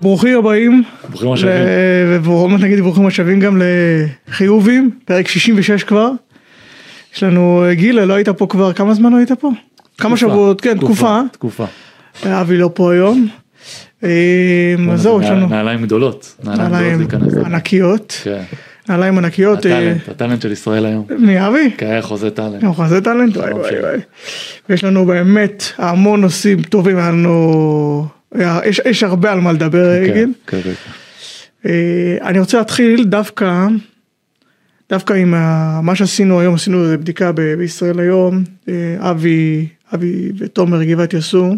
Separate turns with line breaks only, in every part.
ברוכים הבאים,
ברוכים השבים.
ל- ובואו נגיד ברוכים השבים גם לחיובים, פרק 66 כבר. יש לנו, גילה, לא היית פה כבר, כמה זמן לא היית פה? כמה שבועות, כן, תקופה.
תקופה.
אבי לא פה היום. אה, אז זהו, יש לנו
נעליים גדולות. נעליים
נעליים
גדולות להיכנס.
ענקיות,
כן.
נעליים ענקיות. אה,
הטאלנט, הטאלנט של ישראל היום.
מי אבי? כן,
כי היה חוזה טאלנט.
נכון, זה טאלנט, וואי וואי
אוקיי.
וואי. יש לנו באמת המון נושאים טובים, היה לנו... היה- יש, יש הרבה על מה לדבר,
כן,
גיל.
כן, כן.
אה, אני רוצה להתחיל דווקא, דווקא עם ה, מה שעשינו היום, עשינו איזה בדיקה ב, בישראל היום, אה, אבי, אבי ותומר גבעת יסו,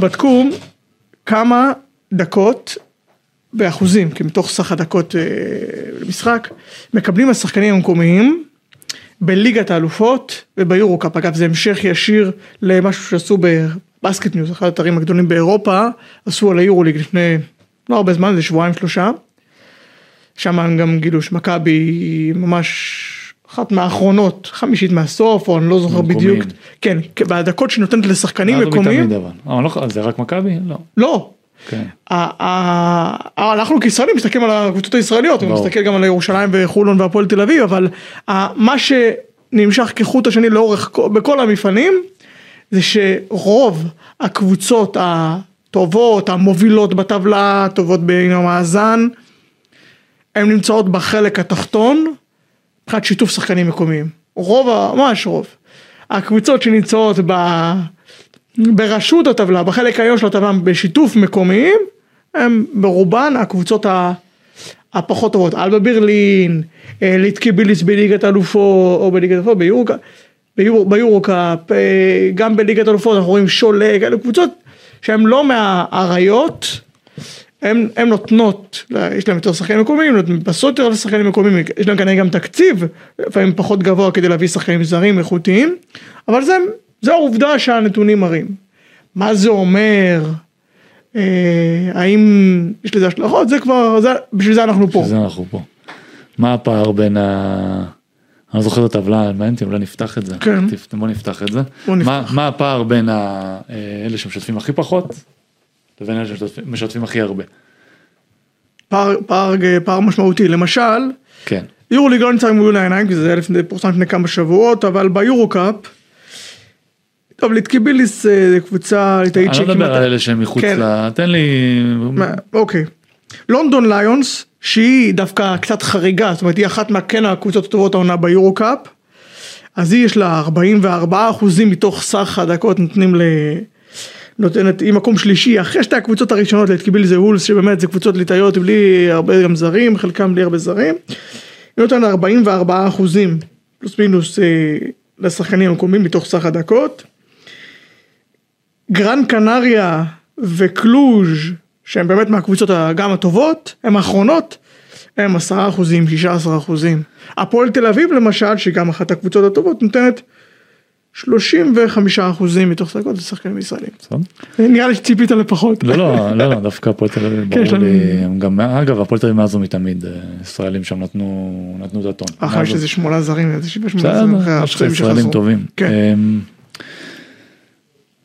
בדקו כמה דקות באחוזים, כי מתוך סך הדקות אה, למשחק, מקבלים השחקנים המקומיים בליגת האלופות וביורו-קאפ. אגב, זה המשך ישיר למשהו שעשו בבסקט ניוז, אחד האתרים הגדולים באירופה, עשו על היורוליג לפני לא הרבה זמן, זה שבועיים שלושה. שם גם גילו שמכבי היא ממש אחת מהאחרונות, חמישית מהסוף, או אני לא זוכר
מקומיים.
בדיוק. כן, בדקות שנותנת לשחקנים
אז הוא
מקומיים.
מתמיד אבל. אה, לא- זה רק מכבי? לא.
לא,
כן.
ה- ה- ה- אנחנו כישראלים מסתכלים על הקבוצות הישראליות, אני
ברור.
מסתכל גם על ירושלים וחולון והפועל תל אביב, אבל ה- מה שנמשך כחוט השני לאורך כל- בכל המפעלים, זה שרוב הקבוצות הטובות, המובילות בטבלה, הטובות בעניין המאזן, הן נמצאות בחלק התחתון, מבחינת שיתוף שחקנים מקומיים. רוב, ה- ממש רוב. הקבוצות שנמצאות ב... בראשות הטבלה, בחלק העליון של הטבלה בשיתוף מקומיים, הם ברובן הקבוצות ה- הפחות טובות, אלבה ברלין, אה, ליטקי ביליס בליגת אלופות, או בליגת אלופות, ביורו- ביורו- ביורו-קאפ, אה, גם בליגת אלופות אנחנו רואים שולה, כאלה קבוצות שהן לא מהאריות, הן הן נותנות, ל- יש להן יותר שחקנים מקומיים, מתבססות יותר על שחקנים מקומיים, יש להן כנראה גם תקציב, לפעמים פחות גבוה כדי להביא שחקנים זרים איכותיים, אבל זה, זה העובדה שהנתונים מראים. מה זה אומר? אה, האם יש לזה השלכות? זה כבר, זה, בשביל זה אנחנו פה.
בשביל זה אנחנו פה. מה הפער בין ה... אני לא זוכר את הטבלה, מעניין אותי, אולי נפתח את זה.
כן.
תפ- בוא נפתח את זה.
בוא נפתח.
מה- מה הפער בין ה- אה, אלה שמשתפים הכי פחות, לבין אלה שמשתפים הכי הרבה?
פער, פער, אה, פער משמעותי. למשל,
כן.
יורוליג לא נמצא עם מול העיניים, כי זה היה לפני- פורסם לפני כמה שבועות, אבל ביורו קאפ, טוב, ליטקיביליס אה, זה קבוצה ליטאית
אני לא מדבר על אלה שהם מחוץ
כן.
ל... תן לי...
מה- אוקיי. לונדון ליונס, שהיא דווקא קצת חריגה, זאת אומרת היא אחת מהכן הקבוצות הטובות העונה ביורו קאפ, אז היא יש לה 44 אחוזים מתוך סך הדקות נותנים ל... נותנת, היא מקום שלישי, אחרי שתי הקבוצות הראשונות להתקיביל זה וולס, שבאמת זה קבוצות ליטאיות בלי הרבה גם זרים, חלקם בלי הרבה זרים. היא נותנת 44 אחוזים, פלוס מינוס, אה, לשחקנים המקומיים מתוך סך הדקות. גרן קנריה וקלוז' שהם באמת מהקבוצות ה- גם הטובות, הם האחרונות, הם 10 אחוזים, 16 אחוזים. הפועל תל אביב למשל, שגם אחת הקבוצות הטובות, נותנת 35 אחוזים מתוך סגות לשחקנים ישראלים.
בסדר?
נראה לי שציפית לפחות.
נכון? לא לא לא לא דווקא הפועל תל אביב
כן, יש
ברור
להם-
לי הם גם אגב הפועל תל אביב מאז ומתמיד אה, ישראלים שם נתנו נתנו את הטון.
אחר
מאז
אה, יש איזה שמונה זרים, איזה שבעה שמונה זרים אחרי
בסדר, יש לך
הפצועים
ישראלים
שחזרו.
טובים.
כן.
אמ,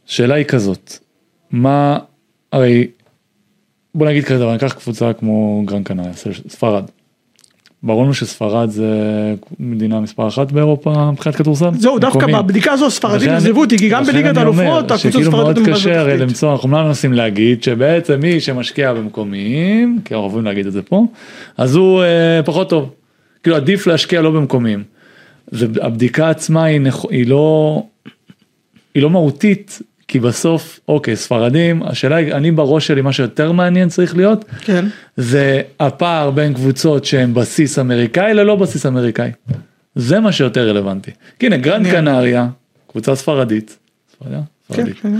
שאלה היא כזאת, מה, הרי בוא נגיד כזה דבר, ניקח קבוצה כמו גרן קנאיה, ס- ספרד. ברור לנו שספרד זה מדינה מספר אחת באירופה מבחינת כדורסל.
זהו, דווקא
מקומי.
בבדיקה הזו הספרדים
לכן-
עזבו אותי, כי גם
לכן
בליגת
אני אומר
האלופות, הקבוצות
שכאילו
הספרדיות
מאוד
הן
קשה הרי
בתחתית.
למצוא, אנחנו אומנם לא מנסים להגיד שבעצם מי שמשקיע במקומיים, כי אנחנו אוהבים להגיד את זה פה, אז הוא אה, פחות טוב. כאילו עדיף להשקיע לא במקומיים. זה, הבדיקה עצמה היא, נכ... היא לא, היא לא מהותית, כי בסוף, אוקיי, ספרדים, השאלה היא, אני בראש שלי, מה שיותר מעניין צריך להיות,
כן.
זה הפער בין קבוצות שהן בסיס אמריקאי ללא בסיס אמריקאי. זה מה שיותר רלוונטי. כי הנה גרנד
מעניין.
קנריה, קבוצה ספרדית, ספרדיה?
כן,
ספרדית.
כן.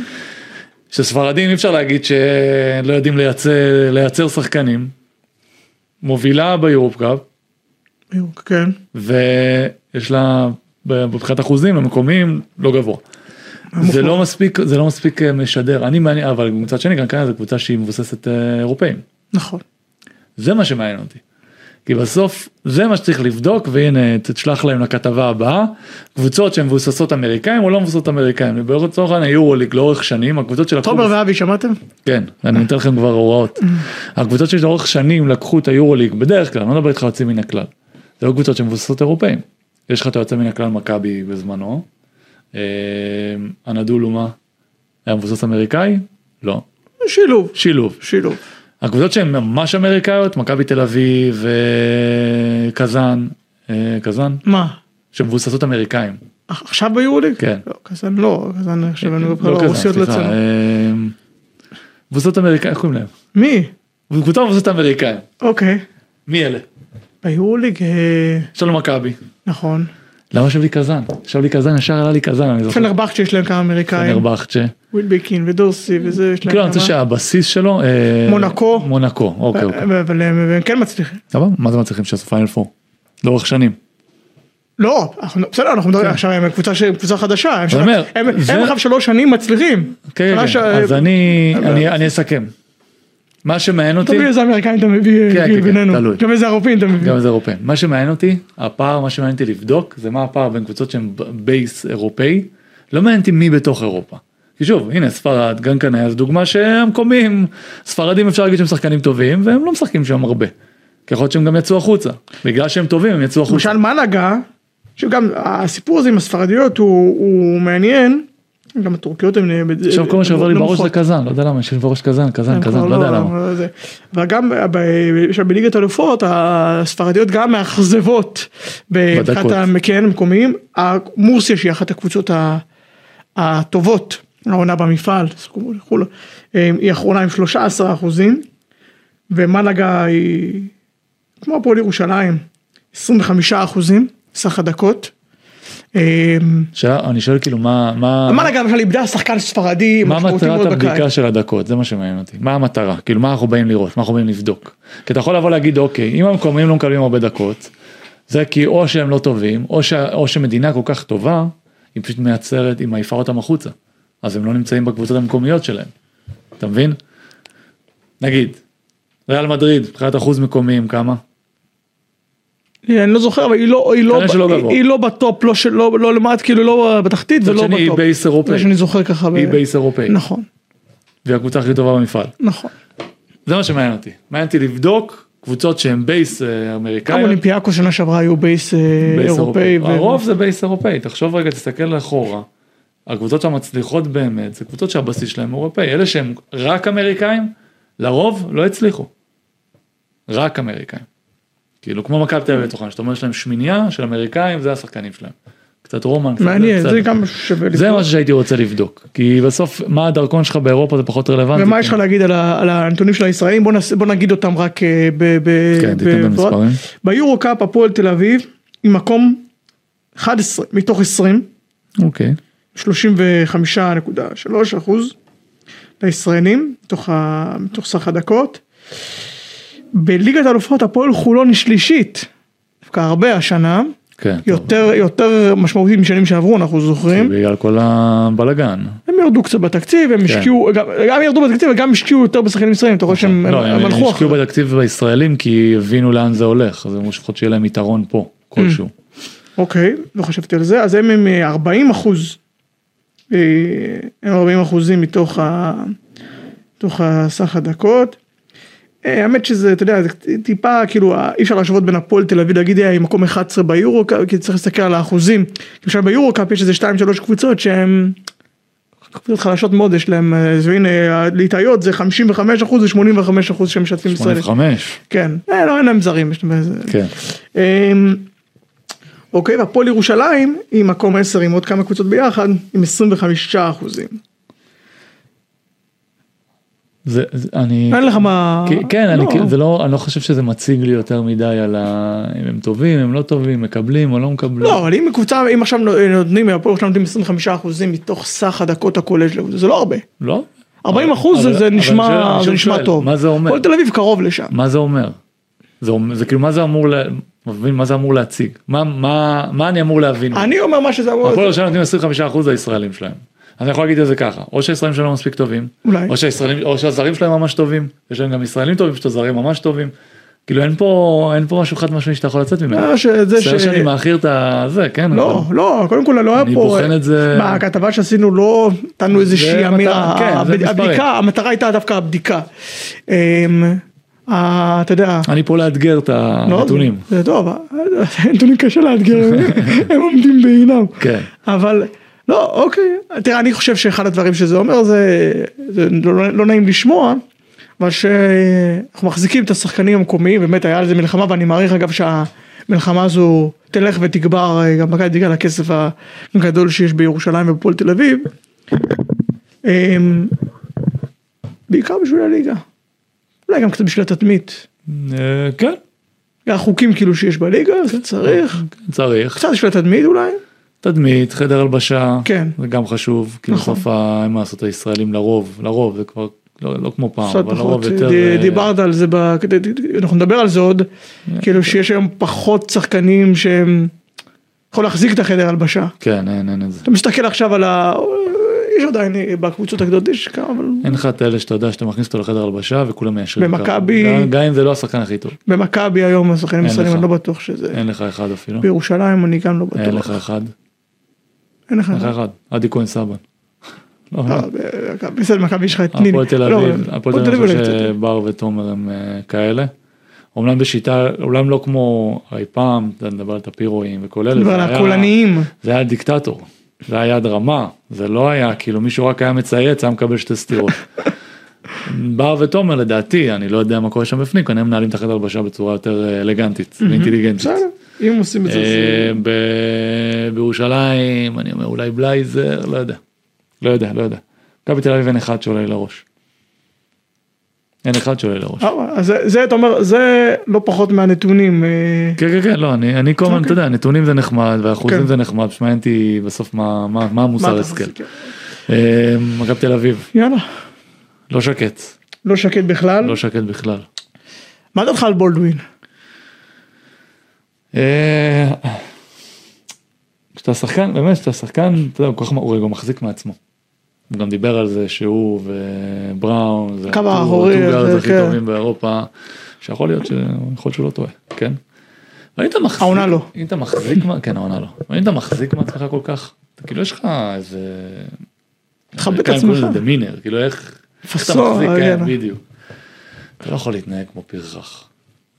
שספרדים אי אפשר להגיד שלא יודעים לייצר, לייצר שחקנים, מובילה ביורופ קאפ,
בדיוק, כן.
ויש לה ב- מבחינת אחוזים המקומיים לא גבוה. זה לא מספיק זה לא מספיק אה, משדר אני מעניין אבל מצד שני גם כאן זו קבוצה שהיא מבוססת אה, אירופאים
נכון.
זה מה שמעניין אותי. כי בסוף זה מה שצריך לבדוק והנה תשלח להם לכתבה הבאה קבוצות שהן מבוססות אמריקאים או לא מבוססות אמריקאים. לצורך העניין יורוליג לאורך שנים הקבוצות שלקחו
תומר ואבי שמעתם?
כן, אני נותן לכם כבר הוראות. הקבוצות שלאורך שנים לקחו את היורוליג, בדרך כלל, אני לא מדבר איתך יוצאים מן הכלל. זה לא קבוצות שמבוססות אירופאים. יש לך את היוצא מן הכלל מכבי בזמנו. אה, הנדולו מה? היה מבוסס אמריקאי? לא.
שילוב,
שילוב.
שילוב.
הקבוצות שהן ממש אמריקאיות, מכבי תל אביב, אה, קזאן, אה, קזאן,
מה?
שמבוססות אמריקאים.
עכשיו ביורוליג?
כן.
לא, קזן לא, קזן עכשיו אין
לא
לו
קזאן,
רוסיות לא
סליחה,
אצלנו.
אה, מבוססות אמריקאים, איך קוראים להם?
מי?
קבוצה מבוססת אמריקאים.
אוקיי.
מי אלה?
ביורוליג, אה,
יש לנו מכבי.
נכון.
למה יושב לי קזאן? ישב לי קזאן, ישר עלה לי קזאן, אני זוכר.
פנרבכצ'ה יש להם כמה אמריקאים.
פנרבכצ'ה.
ווילביקין ודורסי וזה יש להם
כאילו אני רוצה
כמה.
שהבסיס שלו... אה,
מונקו. אה,
מונקו, אוקיי, אוקיי.
אבל- אבל הם הם כן מצליחים.
סבבה? מה זה מצליחים שעשו פיינל פור? לאורך שנים.
לא, אנחנו- בסדר, אנחנו מדברים
כן.
עכשיו הם קבוצה ש- קבוצה חדשה. הם שנה-
אומר,
הם
זה-
הם עכשיו שלוש שנים מצליחים.
כן,
שנה
כן,
ש-
כן. אז אני-
אה,
אני אני אסכם. מה שמעניין אותי,
תלוי איזה אמריקאים אתה מביא
כן,
גיל,
כן, כן,
בינינו.
תלוי.
גם איזה אירופאים אתה מביא.
גם איזה אירופאים. מה שמעניין אותי, הפער, מה שמעניין אותי לבדוק, זה מה הפער בין קבוצות שהן ב- בייס אירופאי. לא מעניין אותי מי בתוך אירופה. כי שוב, הנה ספרד, גם כנראה, זו דוגמה שהמקומים, ספרדים אפשר להגיד שהם שחקנים טובים, והם לא משחקים שם הרבה. כי יכול להיות שהם גם יצאו החוצה. בגלל שהם טובים, הם יצאו החוצה.
למשל מנגה, שגם הסיפור הזה עם הספרדיות הוא הוא מעניין. גם הטורקיות הן
עכשיו כל מה שעובר לי בראש זה
נמוכות.
קזאן, לא יודע למה, יש לי בראש קזאן, קזאן, קזאן, לא יודע למה.
זה. וגם ב- עכשיו בליגת אלופות הספרדיות גם מאכזבות
בדקות.
מבחינת המקיין המקומיים. מורסיה שהיא אחת הקבוצות ה- הטובות העונה במפעל, סכום וכולו, אה, היא אחרונה עם 13 אחוזים ומלגה היא כמו הפועל ירושלים 25 אחוזים סך הדקות. אה,
שאלה, אני שואל כאילו מה, מה,
מלגה למשל איבדה שחקן ספרדי
מה
משמעותי מאוד
מטרת
בקיץ.
הבדיקה של הדקות, זה מה שמעניין אותי, מה המטרה, כאילו מה אנחנו באים לראות, מה אנחנו באים לבדוק. כי אתה יכול לבוא להגיד אוקיי, אם המקומיים לא מקבלים הרבה דקות, זה כי או שהם לא טובים, או, ש... או שמדינה כל כך טובה, היא פשוט מייצרת, היא מעיפה אותם החוצה, אז הם לא נמצאים בקבוצות המקומיות שלהם, אתה מבין? נגיד, ריאל מדריד, מבחינת אחוז מקומיים כמה?
אני לא זוכר אבל היא לא היא לא
כנראה שלא גבוה.
היא, היא לא בטופ לא של לא לא למטה כאילו לא בתחתית
מצד
ולא
שני היא
בטופ.
בייס אירופאי,
זה שאני זוכר ככה. ב-
היא בייס אירופאי,
נכון
והיא הקבוצה הכי טובה במפעל.
נכון.
אה, זה מה שמעניין אותי, מעניין אותי לבדוק קבוצות שהן בייס אה,
גם
אמריקאיות.
אולימפיאקו שנה שעברה היו בייס אה,
בייס
אירופאי. ו-
הרוב זה בייס אירופאי, תחשוב רגע, תסתכל לאחורה. הקבוצות שהמצליחות באמת, זה קבוצות שהבסיס שלהם אירופאי, אלה שהם רק אמריקאים, לרוב לא הצליחו. רק אמריקאים. כאילו כמו מכבי תל אביב לצורך שאתה אומר יש להם שמיניה של אמריקאים, זה השחקנים שלהם. קצת רומן, קצת
מעניין
קצת-
זה גם שווה
זה
לבדוק.
משהו שהייתי רוצה לבדוק, כי בסוף מה הדרכון שלך באירופה זה פחות רלוונטי.
ומה יש לך להגיד על ה- על הנתונים של הישראלים בוא נס- בוא נגיד אותם רק אה, ב... ב-
כן,
ב-
תיתן את
ב-
המספרים.
ביורו קאפ הפועל תל אביב עם מקום 11 מתוך 20
אוקיי.
35.3 אחוז לישראלים מתוך, ה... מתוך סך הדקות. בליגת אלופות הפועל חולון היא שלישית, דווקא הרבה השנה,
כן. טוב.
יותר, יותר משמעותית משנים שעברו אנחנו זוכרים.
בגלל כל הבלגן.
הם ירדו קצת בתקציב,
כן.
הם השקיעו, גם, גם ירדו בתקציב וגם השקיעו יותר בשחקנים ישראלים, אתה רואה שהם
לא,
הם
הם
הלכו אחרי.
השקיעו בתקציב בישראלים כי הבינו לאן זה הולך, אז אמרו שלפחות שיהיה להם יתרון פה, כלשהו.
Mm, אוקיי, לא חשבתי על זה, אז הם הם אה, 40 אחוז, אה, הם 40 אחוזים מתוך, ה, מתוך הסך הדקות. אה, האמת שזה, אתה יודע, זה טיפה, כאילו, אה, אי אפשר להשוות בין הפועל תל אביב, להגיד, "אה, היא מקום 11 ביורו, קאפ", כי צריך להסתכל על האחוזים. כי למשל ביורו קאפ יש איזה 2-3 קבוצות שהן קבוצות חלשות מאוד, יש להן, אה, אז הנה, אה, להתאיות זה 55 אחוז ו-85 אחוז שהם משתפים ישראלים.
85,
כן, אה, לא, אין להם זרים, יש להם איזה...
כן.
אמ, אוקיי, והפועל ירושלים היא מקום 10 עם עוד כמה קבוצות ביחד, עם 25 אחוזים.
זה, זה- אני...
אין לך מה...
כי- כן, אני
לא.
כאילו, זה לא, אני לא חושב שזה מציג לי יותר מדי על ה... אם הם טובים, הם לא טובים, מקבלים או לא מקבלים.
לא, אבל אם קבוצה, אם עכשיו נותנים, הפועל ירושלים נותנים 25 אחוזים מתוך סך הדקות הכולל שלו, זה לא הרבה.
לא?
40 אחוז
אבל-
זה, זה
אבל אני שואל-
נשמע,
אני
זה
שוב
נשמע
שואל,
טוב.
מה זה אומר?
הפועל תל אביב קרוב לשם.
מה זה אומר? זה, אומר- זה כאילו, מה זה אמור, לה- מבין, מה זה אמור להציג? מה, מה, מה אני אמור להבין?
אני אומר מה שזה אמור...
נכון. הפועל ירושלים נותנים 25% לישראלים שלהם. אז אני יכול להגיד את זה ככה, או שהישראלים שלהם לא מספיק טובים,
אולי.
או, שהישראלים, או שהזרים שלהם ממש טובים, יש להם גם ישראלים טובים, יש את הזרים ממש טובים. כאילו אין פה, אין פה משהו חד משמעי שאתה יכול לצאת ממנו.
אה, שזה
מצטער
ש-
שאני מעכיר את הזה, כן?
לא,
אבל-
לא, קודם כל לא היה פה...
אני בוחן את זה-
מה, הכתבה שעשינו לא נתנו איזושהי
זה
אמירה.
מטרה, כן, זה
הבד-
מספרים.
הבדיקה, המטרה הייתה דווקא הבדיקה. אמ, ה- אתה יודע...
אני פה לאתגר את
לא,
הנתונים.
זה טוב, הנתונים קשה לאתגר, הם עומדים בעינם.
כן.
אבל, לא, אוקיי. תראה, אני חושב שאחד הדברים שזה אומר, זה, זה לא, לא נעים לשמוע, אבל שאנחנו מחזיקים את השחקנים המקומיים, באמת היה על זה מלחמה, ואני מעריך אגב שהמלחמה הזו תלך ותגבר אה, גם בגלל הכסף הגדול שיש בירושלים ובפועל תל אביב. אמ, בעיקר בשביל הליגה. אולי גם קצת בשביל התדמית.
אה, כן,
החוקים כאילו שיש בליגה, זה צריך,
כן, צריך.
קצת בשביל התדמית
אה,
אולי,
תדמית, חדר הלבשה,
כן.
זה גם חשוב, כי
נכון.
בסוף הם עשו את הישראלים לרוב, לרוב זה כבר לא לא כמו פעם,
קצת
אבל
פחות,
לרוב יותר,
ד-
אה,
דיברת על זה, ב- אנחנו נדבר על זה עוד, כאילו שיש היום פחות שחקנים שהם, יכול להחזיק את החדר הלבשה.
כן, אין אין את זה.
אתה מסתכל עכשיו על ה... יש עדיין אה, בקבוצות הגדולות, יש כמה, אבל
אין לך את אלה שאתה יודע שאתה מכניס אותו לחדר הלבשה וכולם מיישרים. קו.
במכבי-
גם- גם אם זה לא השחקן הכי טוב,
במכבי היום השחקנים
אין
הישראלים,
לך.
אני לא בטוח שזה,
אין לך אחד אפילו.
בירושלים אני גם לא
אין לך
בטוח.
אחד,
אין לך.
אין לך אחד, עדי כהן סבן. לא, לא.
אה, ב- בסדר, מכבי יש לך את ניני.
הפועל תל
לא,
אביב, הפועל תל אביב,
אולי
אני חושב
קצת.
שבר ותומר הם אה, כאלה. אומנם בשיטה, אומנם לא כמו אי פעם, אתה מדבר על טפירואים וכל אלה, זה
כבר
היה- אה,
הקולניים.
זה היה דיקטטור, זה היה יד רמה, זה לא היה כאילו מישהו רק היה מצייץ, היה מקבל שתי סטירות. בר ותומר לדעתי, אני לא יודע מה קורה שם בפנים, כנראה מנהלים את החדר הלבשה בצורה יותר אה, אלגנטית ואינטליגנטית.
בסדר, אם עושים את זה,
אה,
זה...
ב- בירושלים, אני אומר אולי בלייזר, לא יודע. לא יודע, לא יודע. מכבי תל אביב אין אחד שעולה לי לראש. אין אחד שעולה לי לראש.
אה, אז זה- זה אתה אומר זה לא פחות מהנתונים אה,
כן כן כן לא אני אני כל הזמן אתה יודע נתונים זה נחמד
אוקיי. כן.
והאחוזים זה נחמד פשוט מעניין אותי בסוף מה מה מה
מה
המוסר
אתה
הסקל.
חושב?
אה, מכבי תל אביב
יאללה
לא שקט
לא שקט בכלל
לא שקט בכלל.
מה דעתך על בולדווין
אה, כשאתה שחקן באמת כשאתה שחקן אתה יודע, הוא כל כך- הוא גם מחזיק מעצמו. הוא גם דיבר על זה שהוא ובראון זה
קו
הטור-
האחורי,
הטור
זה-
גארד הכי
כן.
טובים באירופה שיכול להיות ש- יכול להיות שהוא לא טועה כן. אבל אם אתה מחזיק
העונה לא.
אם אתה מחזיק מה- כן העונה לא אבל אם אתה מחזיק מעצמך כל כך אתה כאילו יש לך איזה
תכבד את
כן,
עצמך
קוראים לזה demeanor, כאילו איך איך אתה
פאסון,
מחזיק
כן.
כן בדיוק. אתה לא יכול להתנהג כמו פרחח.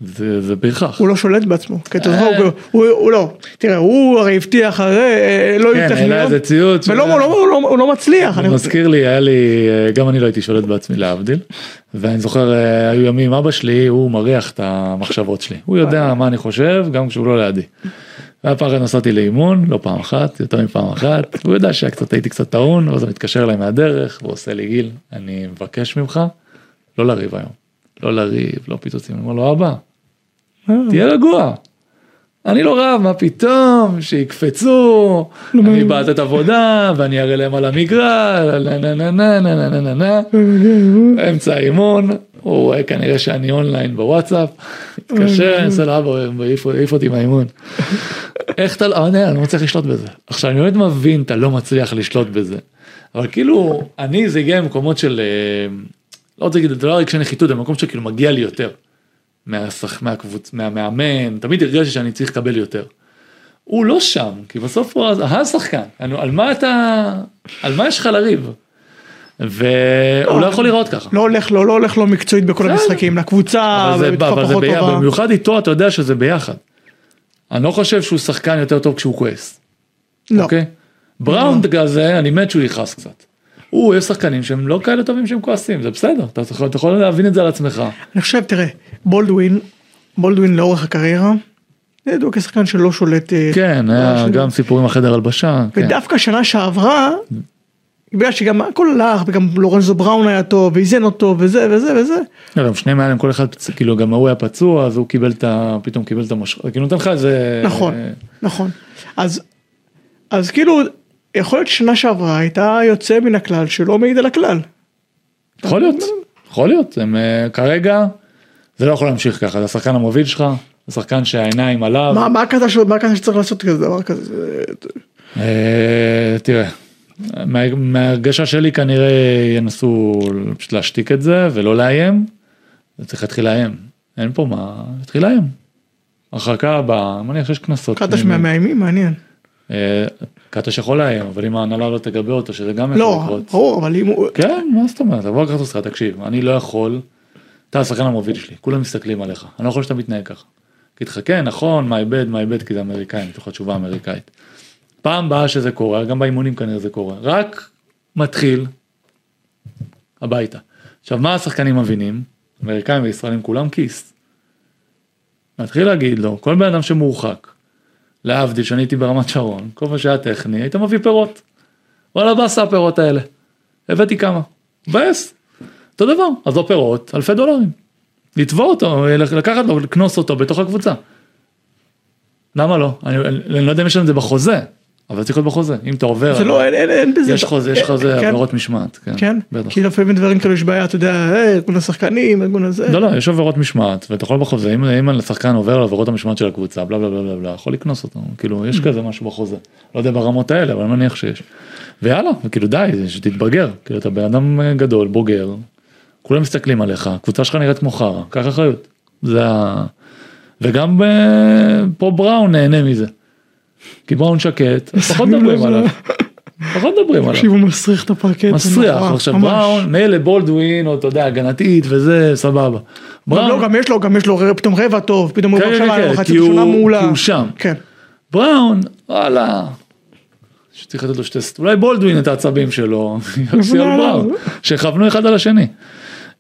זה זה פרחח.
הוא לא שולט בעצמו כי אתה
אה.
זוכר, הוא- הוא הוא לא תראה הוא הרי הבטיח הרי אה, לא
כן,
יהיו
העלה איזה
טכניות
ציוץ.
ולא הוא לא- הוא לא- הוא לא מצליח אני
אני מזכיר לי היה לי אה, גם אני לא הייתי שולט בעצמי להבדיל ואני זוכר אה, היו ימים אבא שלי הוא מריח את המחשבות שלי הוא יודע מה אני חושב גם כשהוא לא לידי. היה פעם אחת נסעתי לאימון לא פעם אחת יותר מפעם אחת הוא יודע שהיה קצת הייתי קצת טעון ואז הוא מתקשר אליי מהדרך והוא עושה לי גיל אני מבקש ממך לא לריב היום לא לריב לא פיצוצים אני אומר לו אבא תהיה רגוע. אני לא רב, מה פתאום, שיקפצו, אני בעטת עבודה, ואני אראה להם על המגרל, נה נה נה נה נה נה נה נה נה, אמצע האימון, הוא רואה כנראה שאני אונליין בוואטסאפ, התקשר, אני עושה לאבא, הוא העיף- העיף אותי מהאימון. איך אתה לא, אני אני לא מצליח לשלוט בזה. עכשיו אני באמת מבין, אתה לא מצליח לשלוט בזה, אבל כאילו, אני זה הגיע למקומות של, אה, לא רוצה להגיד, זה לא רגשי נחיתות, במקום שכאילו מגיע לי יותר. מהשח... מהקבוצ... מהמאמן, תמיד הרגשתי שאני צריך לקבל יותר. הוא לא שם, כי בסוף הוא אז- השחקן, אני- על מה אתה, על מה יש לך לריב? והוא לא יכול להיראות ככה.
לא הולך לו לא הולך לו מקצועית בכל
בסדר.
המשחקים לקבוצה
אבל זה,
בתקופה
אבל זה
אה, פחות
ביחד,
טובה.
במיוחד איתו אתה יודע שזה ביחד. אני לא חושב שהוא שחקן יותר טוב כשהוא כועס,
לא.
אוקיי? בראון כזה, אני מת שהוא יכעס קצת. הוא, יש שחקנים שהם לא כאלה טובים שהם כועסים, זה בסדר, אתה יכול, אתה יכול להבין את זה על עצמך.
אני חושב, תראה, בולדווין, בולדווין לאורך הקריירה, זה ידוע כשחקן שלא שולט. אה,
כן, היה
שלו.
גם סיפור עם החדר הלבשה. כן.
ודווקא שנה שעברה, בגלל שגם הכל הלך, וגם לורנזו בראון היה טוב, ואיזן אותו, וזה וזה וזה,
לא, גם שניהם היה להם כל אחד פצ- כאילו גם ההוא היה פצוע אז הוא קיבל את ה... פתאום קיבל את המש... כאילו נותן לך איזה
נכון,
אה,
נכון. אז, אז כאילו, יכול להיות שנה שעברה הייתה יוצא מן הכלל שלא מעיד על הכלל.
יכול להיות יכול להיות הם אה, כרגע זה לא יכול להמשיך ככה זה השחקן המוביל שלך זה שחקן שהעיניים עליו
מה, מה הקטע של- מה הקטע שצריך לעשות כזה דבר כזה?
אה, תראה. מה- מההרגשה שלי כנראה ינסו פשוט להשתיק את זה ולא לאיים. צריך להתחיל לאיים. אין פה מה, התחיל להם. הרחקה הבאה, מניח שיש קנסות.
קטש מהמאיימים, מעניין.
אה, קטש יכול לאיים, אבל אם ההנהלה לא תגבה אותו, שזה גם יכול
לא,
לקרות.
ברור, אבל אם הוא...
כן, מה זאת אומרת? תבוא לקחת אותך, תקשיב, אני לא יכול, אתה השחקן המוביל שלי, כולם מסתכלים עליך, אני לא יכול שאתה מתנהג ככה. כי תחכה, נכון, my bad, my bad, כי זה אמריקאים, תוך התשובה האמריקאית. פעם באה שזה קורה, גם באימונים כנראה זה קורה, רק מתחיל הביתה. עכשיו, מה השחקנים מבינים? אמריקאים וישראלים כולם כיס. מתחיל להגיד לו, כל בן אדם שמורחק, להבדיל, שאני הייתי ברמת שרון, כל מה שהיה טכני, היית מביא פירות. וואלה, באסה הפירות האלה. הבאתי כמה. מבאס. אותו דבר, אז לא פירות, אלפי דולרים. לתבוע אותו, לקחת לו, לקנוס אותו בתוך הקבוצה. למה לא? אני, אני לא יודע אם יש לנו את זה בחוזה, אבל צריך להיות בחוזה. אם אתה עובר,
זה לא, אין- אין אין בזה...
יש חוזה, יש חוזה,
כן,
עבירות משמעת. כן,
כן,
בטח.
כי לפעמים דברים כאלה יש בעיה, אתה יודע, אה, ארגון השחקנים, ארגון הזה.
לא, לא, יש עבירות משמעת, ואתה יכול בחוזה, אם, אם השחקן עובר על עבירות המשמעת של הקבוצה, בלה בלה בלה בלה, בלה יכול לקנוס אותו, כאילו, יש כזה משהו בחוזה. לא יודע ברמות האלה, אבל אני מניח שיש. ויאללה, וכאילו די, שתתבגר, כאילו אתה בן אדם אה, גדול, בוגר, כולם מסתכלים עליך, הקבוצה שלך נראית כמו חרא, קח אחריות. זה ה... וגם אה, פה בראון נהנה מזה. כי בראון שקט, אז לא, פחות מדברים עליו. פחות מדברים עליו.
תקשיב, הוא מסריח את הפרקט. זה
מסריח,
נורא,
עכשיו
ממש.
בראון, מילא בולדווין, או אתה יודע, הגנתית וזה, סבבה.
גם לא, גם יש לו, גם יש לו ר- פתאום רבע טוב, פתאום הוא
כן,
עכשיו
כן,
היה לו
כן,
מחצית
כי הוא-
ראשונה מעולה.
כי הוא שם.
כן.
בראון, וואלה. שצריך לתת לו שתי סט... אולי בולדווין את העצבים שלו, יוציא
לא,
על בראון, שיכוונו אחד על השני.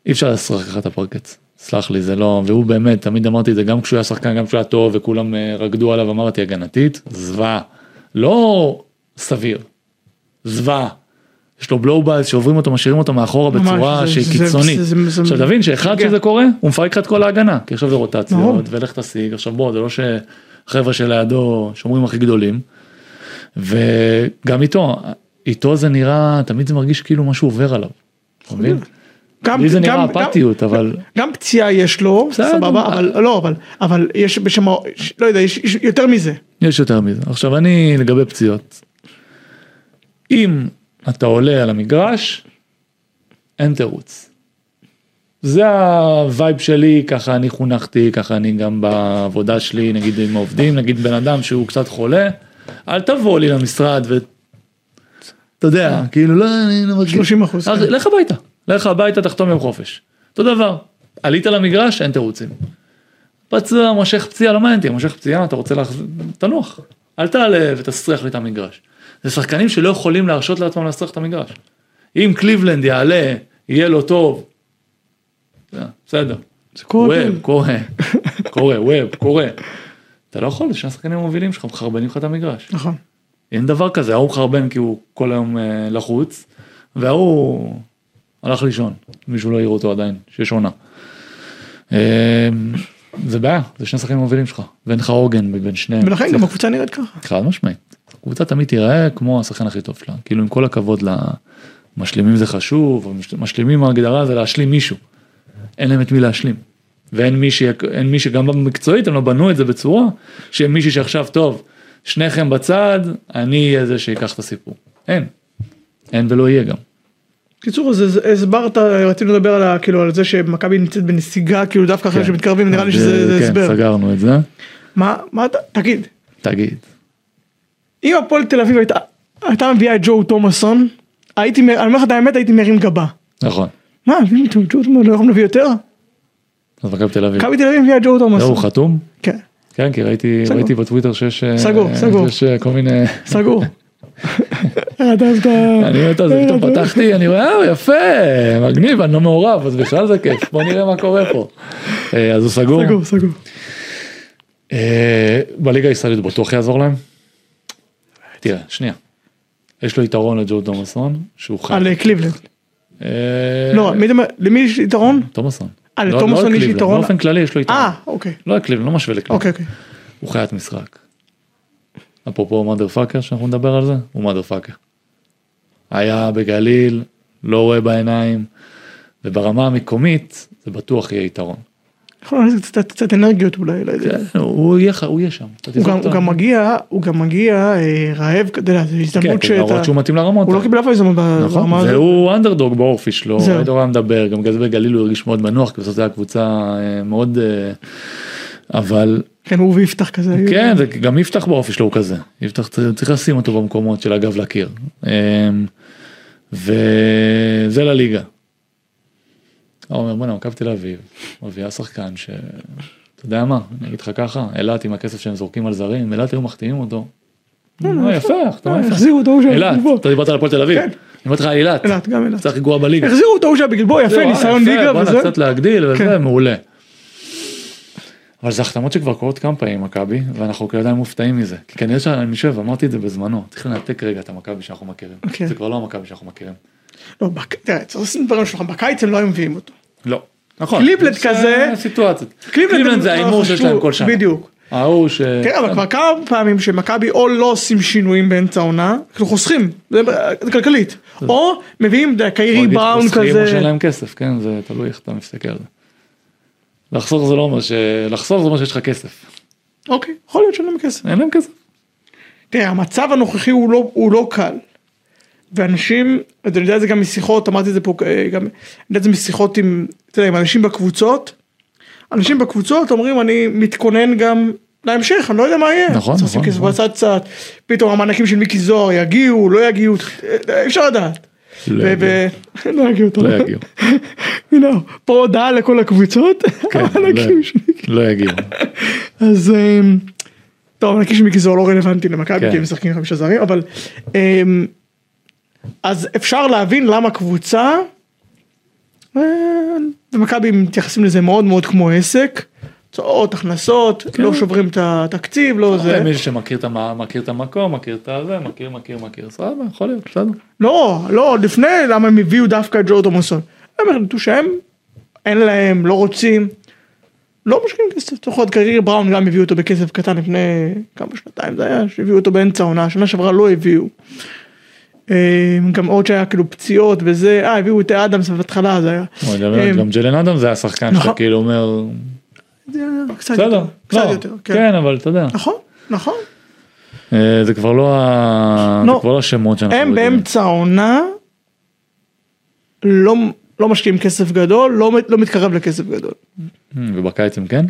אי אפשר לשחק ככה את הפרקט, סלח לי זה לא, והוא באמת, תמיד אמרתי את זה גם כשהוא היה שחקן, גם כשהוא היה טוב וכולם אה, רקדו עליו, אמרתי הגנתית, זוועה. לא סביר, זוועה. יש לו בלואו באז שעוברים אותו, משאירים אותו מאחורה
ממש,
בצורה
זה-
שהיא
זה-
קיצונית.
זה- זה- זה-
עכשיו תבין שאחד
כן.
שזה קורה, הוא מפרק לך את כל ההגנה, כי עכשיו זה
נכון.
רוטציות, ולך תשיג, עכשיו בוא, זה לא שחבר'ה שלידו שומרים הכי גדולים, וגם איתו, איתו זה נראה, תמיד זה מרגיש כאילו משהו עובר עליו. אתה מבין?
גם-
לי זה
גם-
נראה
גם-
אפתיות, אבל
גם פציעה יש לו,
בסדר.
סבבה, אבל לא, אבל, אבל יש בשם, ה- ש- לא יודע, יש יש יותר מזה.
יש יותר מזה. עכשיו אני לגבי פציעות. אם אתה עולה על המגרש, אין תירוץ. זה הווייב שלי, ככה אני חונכתי, ככה אני גם בעבודה שלי, נגיד עם העובדים, נגיד בן אדם שהוא קצת חולה, אל תבוא לי למשרד ו... אתה יודע, כאילו לא, אני לא מרגיש...
30%,
אז
כן.
לך הביתה, לך הביתה, תחתום יום חופש. אותו דבר, עלית למגרש, אין תירוצים. פצוע, מושך פציעה, לא מעניין אותי, מושך פציעה, אתה רוצה להחזיר, תנוח. אל תעלה ותסריח לי את המגרש. זה שחקנים שלא יכולים להרשות לעצמם להסריח את המגרש. אם קליבלנד יעלה, יהיה לו טוב, אה, בסדר.
זה קורה.
ווב, קורה, קורה, ווב, קורה. אתה לא יכול, זה שני השחקנים המובילים שלך מחרבנים לך את המגרש.
נכון.
אין דבר כזה, ההוא מחרבן כי הוא כל היום אה, לחוץ, וההוא הלך לישון, מישהו לא העיר אותו עדיין, שיש עונה. אה, זה בעיה, זה שני שחקנים מובילים שלך, ואין לך עוגן בין שניהם.
ולכן
צריך-
גם הקבוצה נראית ככה.
חד משמעית. הקבוצה תמיד תיראה כמו השחקן הכי טוב שלה, כאילו עם כל הכבוד למשלימים זה חשוב, המש- משלימים ההגדרה זה להשלים מישהו. אין להם את מי להשלים. ואין מי, שיה, אין מי שגם במקצועית הם לא בנו את זה בצורה, שיהיה מישהי שעכשיו טוב, שניכם בצד, אני אהיה זה שיקח את הסיפור. אין. אין ולא יהיה גם.
קיצור, אז אז- הסברת, רצינו לדבר על ה- כאילו על זה שמכבי נמצאת בנסיגה, כאילו דווקא אחרי
כן.
שמתקרבים, נראה לי
אז,
שזה זה
כן,
הסבר.
סגרנו את זה.
מה, מה אתה, תגיד,
תגיד.
אם הפועל תל אביב הייתה- הייתה מביאה את ג'ו תומאסון, הייתי, מ- אני אומר לך את האמת, הייתי מרים גבה.
נכון.
מה, מביאים את ג'ו תומאסון, לא יכולים להביא יותר?
אז מכבי תל אביב.
מכבי תל אביב מביאה את ג'ו
לא, הוא
תומאסון.
חתום?
כן,
כן, כי ראיתי,
סגור.
ראיתי בטוויטר שיש... אה,
סגור, סגור.
יש אה, כל מיני...
סגור. עד אז אתה-
אני רואה את זה, פתאום פתחתי, אני רואה, "אה, יפה, מגניב, אני לא מעורב, אז בכלל זה כיף, בוא נראה מה קורה פה. אה, אז הוא סגור.
סגור, סגור.
אה, בליגה הישראלית הוא בטוח יעזור להם? תראה, שנייה. יש לו יתרון לג'ו תומאסון, שהוא חי.
על אה, קליבלנד.
אה,
לא, מי אתה אומר- למי יש יתרון?
תומאסון.
אה,
לא- לא
לתומאסון יש
קליבלנד,
יתרון?
באופן כללי יש לו יתרון.
אה, אוקיי.
לא הקליבלנד, לא משווה לקליבלנד.
אוקיי, אוקיי.
הוא חיית משחק. אפרופו מאדר פאקר שאנחנו נדבר על זה, הוא מאדר פאקר. היה בגליל, לא רואה בעיניים, וברמה המקומית זה בטוח יהיה יתרון.
יכול להכניס קצת, קצת אנרגיות אולי, לא יודע.
כן, הוא יהיה ח- הוא יהיה שם. אתה
הוא
תזרוק
גם,
אותו.
הוא גם מגיע, הוא גם מגיע אה, רעב, אתה יודע, זו
כן,
הזדמנות
כן, להראות שהוא מתאים לרמות.
הוא לא קיבל אף הזדמנות ברמה
נכון,
הזאת.
והוא אנדרדוג באורפי שלו,
זהו.
הייתי רואה מדבר, גם בגלל זה בגליל הוא הרגיש מאוד בנוח, כי בסוף זו הייתה קבוצה אה, מאוד, אה, אבל
כן, הוא ויפתח כזה. היו-
כן, זה גם יפתח באופי שלו הוא כזה. יפתח צריך צריך לשים אותו במקומות של הגב לקיר. אמ, וזה לליגה. אתה אומר בואנה מכבי תל אביב מביאה שחקן ש... אתה יודע מה, אני אגיד לך ככה, אילת עם הכסף שהם זורקים על זרים, אילת היו מחתימים אותו. אה, יפה,
אה,
החתמה יפה.
החזירו אותו הוא שהיה
אילת,
בגלבוע.
אתה דיברת על הפועל תל אביב.
כן.
אני אומר לך על אילת,
אילת, גם אילת.
צריך לגוע בליגה.
החזירו אותו הוא שהיה בגלבוע, יפה,
זהו, אה,
ניסיון
יפה,
ליגה
בואנה,
וזה.
קצת להגדיל וזה,
כן.
מעולה. אבל זה החתמות שכבר קורות כמה פעמים מכבי, ואנחנו כאילו עדיין מופתעים מזה. כי כנראה שאני חושב, אמרתי את זה בזמנו, צריך לנתק רגע את המכבי שאנחנו מכירים.
אוקיי.
זה כבר לא המכבי שאנחנו מכירים.
לא, בק- תראה, צריך לשים דברים שלך, בקיץ הם לא היו מביאים אותו.
לא. נכון.
קליבלנד
זה
כזה-
סיטואציות. קליבלנד זה ההימור שיש להם כל שנה. כן,
בדיוק.
ההוא ש...
תראה, אבל כבר כמה פעמים שמכבי או לא עושים שינויים באמצע העונה, כאילו חוסכים, זה זה כלכלית, או מביאים אתה יודע, קיירי
להגיד
באון
חוסכים או שאין
כזה,
להם כסף, כן? זה תלוי איך אתה מסתכל על זה. לחסוך זה לא אומר ש... לחסוך זה אומר שיש לך כסף.
אוקיי, יכול להיות שאין להם כסף.
אין להם כסף.
תראה, המצב הנוכחי הוא לא, הוא לא קל. ואנשים, אתה יודע את זה גם משיחות, אמרתי את זה פה אה, גם, אני יודע את זה משיחות עם, אתה יודע, עם אנשים בקבוצות. אנשים בקבוצות אומרים, אני מתכונן גם להמשך, אני לא יודע מה יהיה.
נכון,
צריך לשים
נכון,
כסף
נכון.
בצד קצת, פתאום המענקים של מיקי זוהר יגיעו, לא יגיעו, אה, אי אפשר לדעת.
לא
ו-
יגיעו.
ו- לא יגיעו, אתה
לא
אומר.
יגיעו.
הנה, פה הודעה לכל הקבוצות,
כן,
המענקים של
לא לא יגיעו.
אז אמ, טוב נקי שמקזור לא רלוונטי למכבי
כן.
כי הם משחקים חמישה זרים אבל אמ, אז אפשר להבין למה קבוצה אה, ומכבי מתייחסים לזה מאוד מאוד כמו עסק. הוצאות הכנסות לא שוברים את התקציב לא
זה
זה
מישהו שמכיר את המ- מכיר את המקום, מכיר את הזה, מכיר, מכיר, מכיר, סבבה, יכול להיות, בסדר.
לא לא עוד לפני למה הם הביאו דווקא את ג'ו תומאסון. הם החליטו שהם אין להם לא רוצים. לא משקיעים כסף, צריך עוד קרייר בראון גם הביאו אותו בכסף קטן לפני כמה שנתיים זה היה, שהביאו אותו באמצע העונה, שנה שעברה לא הביאו. אה, גם עוד שהיה כאילו פציעות וזה, אה הביאו את אדמס בהתחלה זה היה. אמ,
אוי, גם- גם ג'לן אדם זה השחקן שאתה
אוקיי. נכון.
כאילו אומר,
זה היה קצת
בסדר,
יותר, קצת
לא,
יותר, כן.
כן, אבל אתה יודע,
נכון, נכון.
אה, זה כבר לא ה-
לא.
זה כבר לא השמות שאנחנו
הם
רגילים.
באמצע העונה לא, לא משקיעים כסף גדול, לא, מת- לא מתקרב לכסף גדול.
אה, ובקיץ הם כן?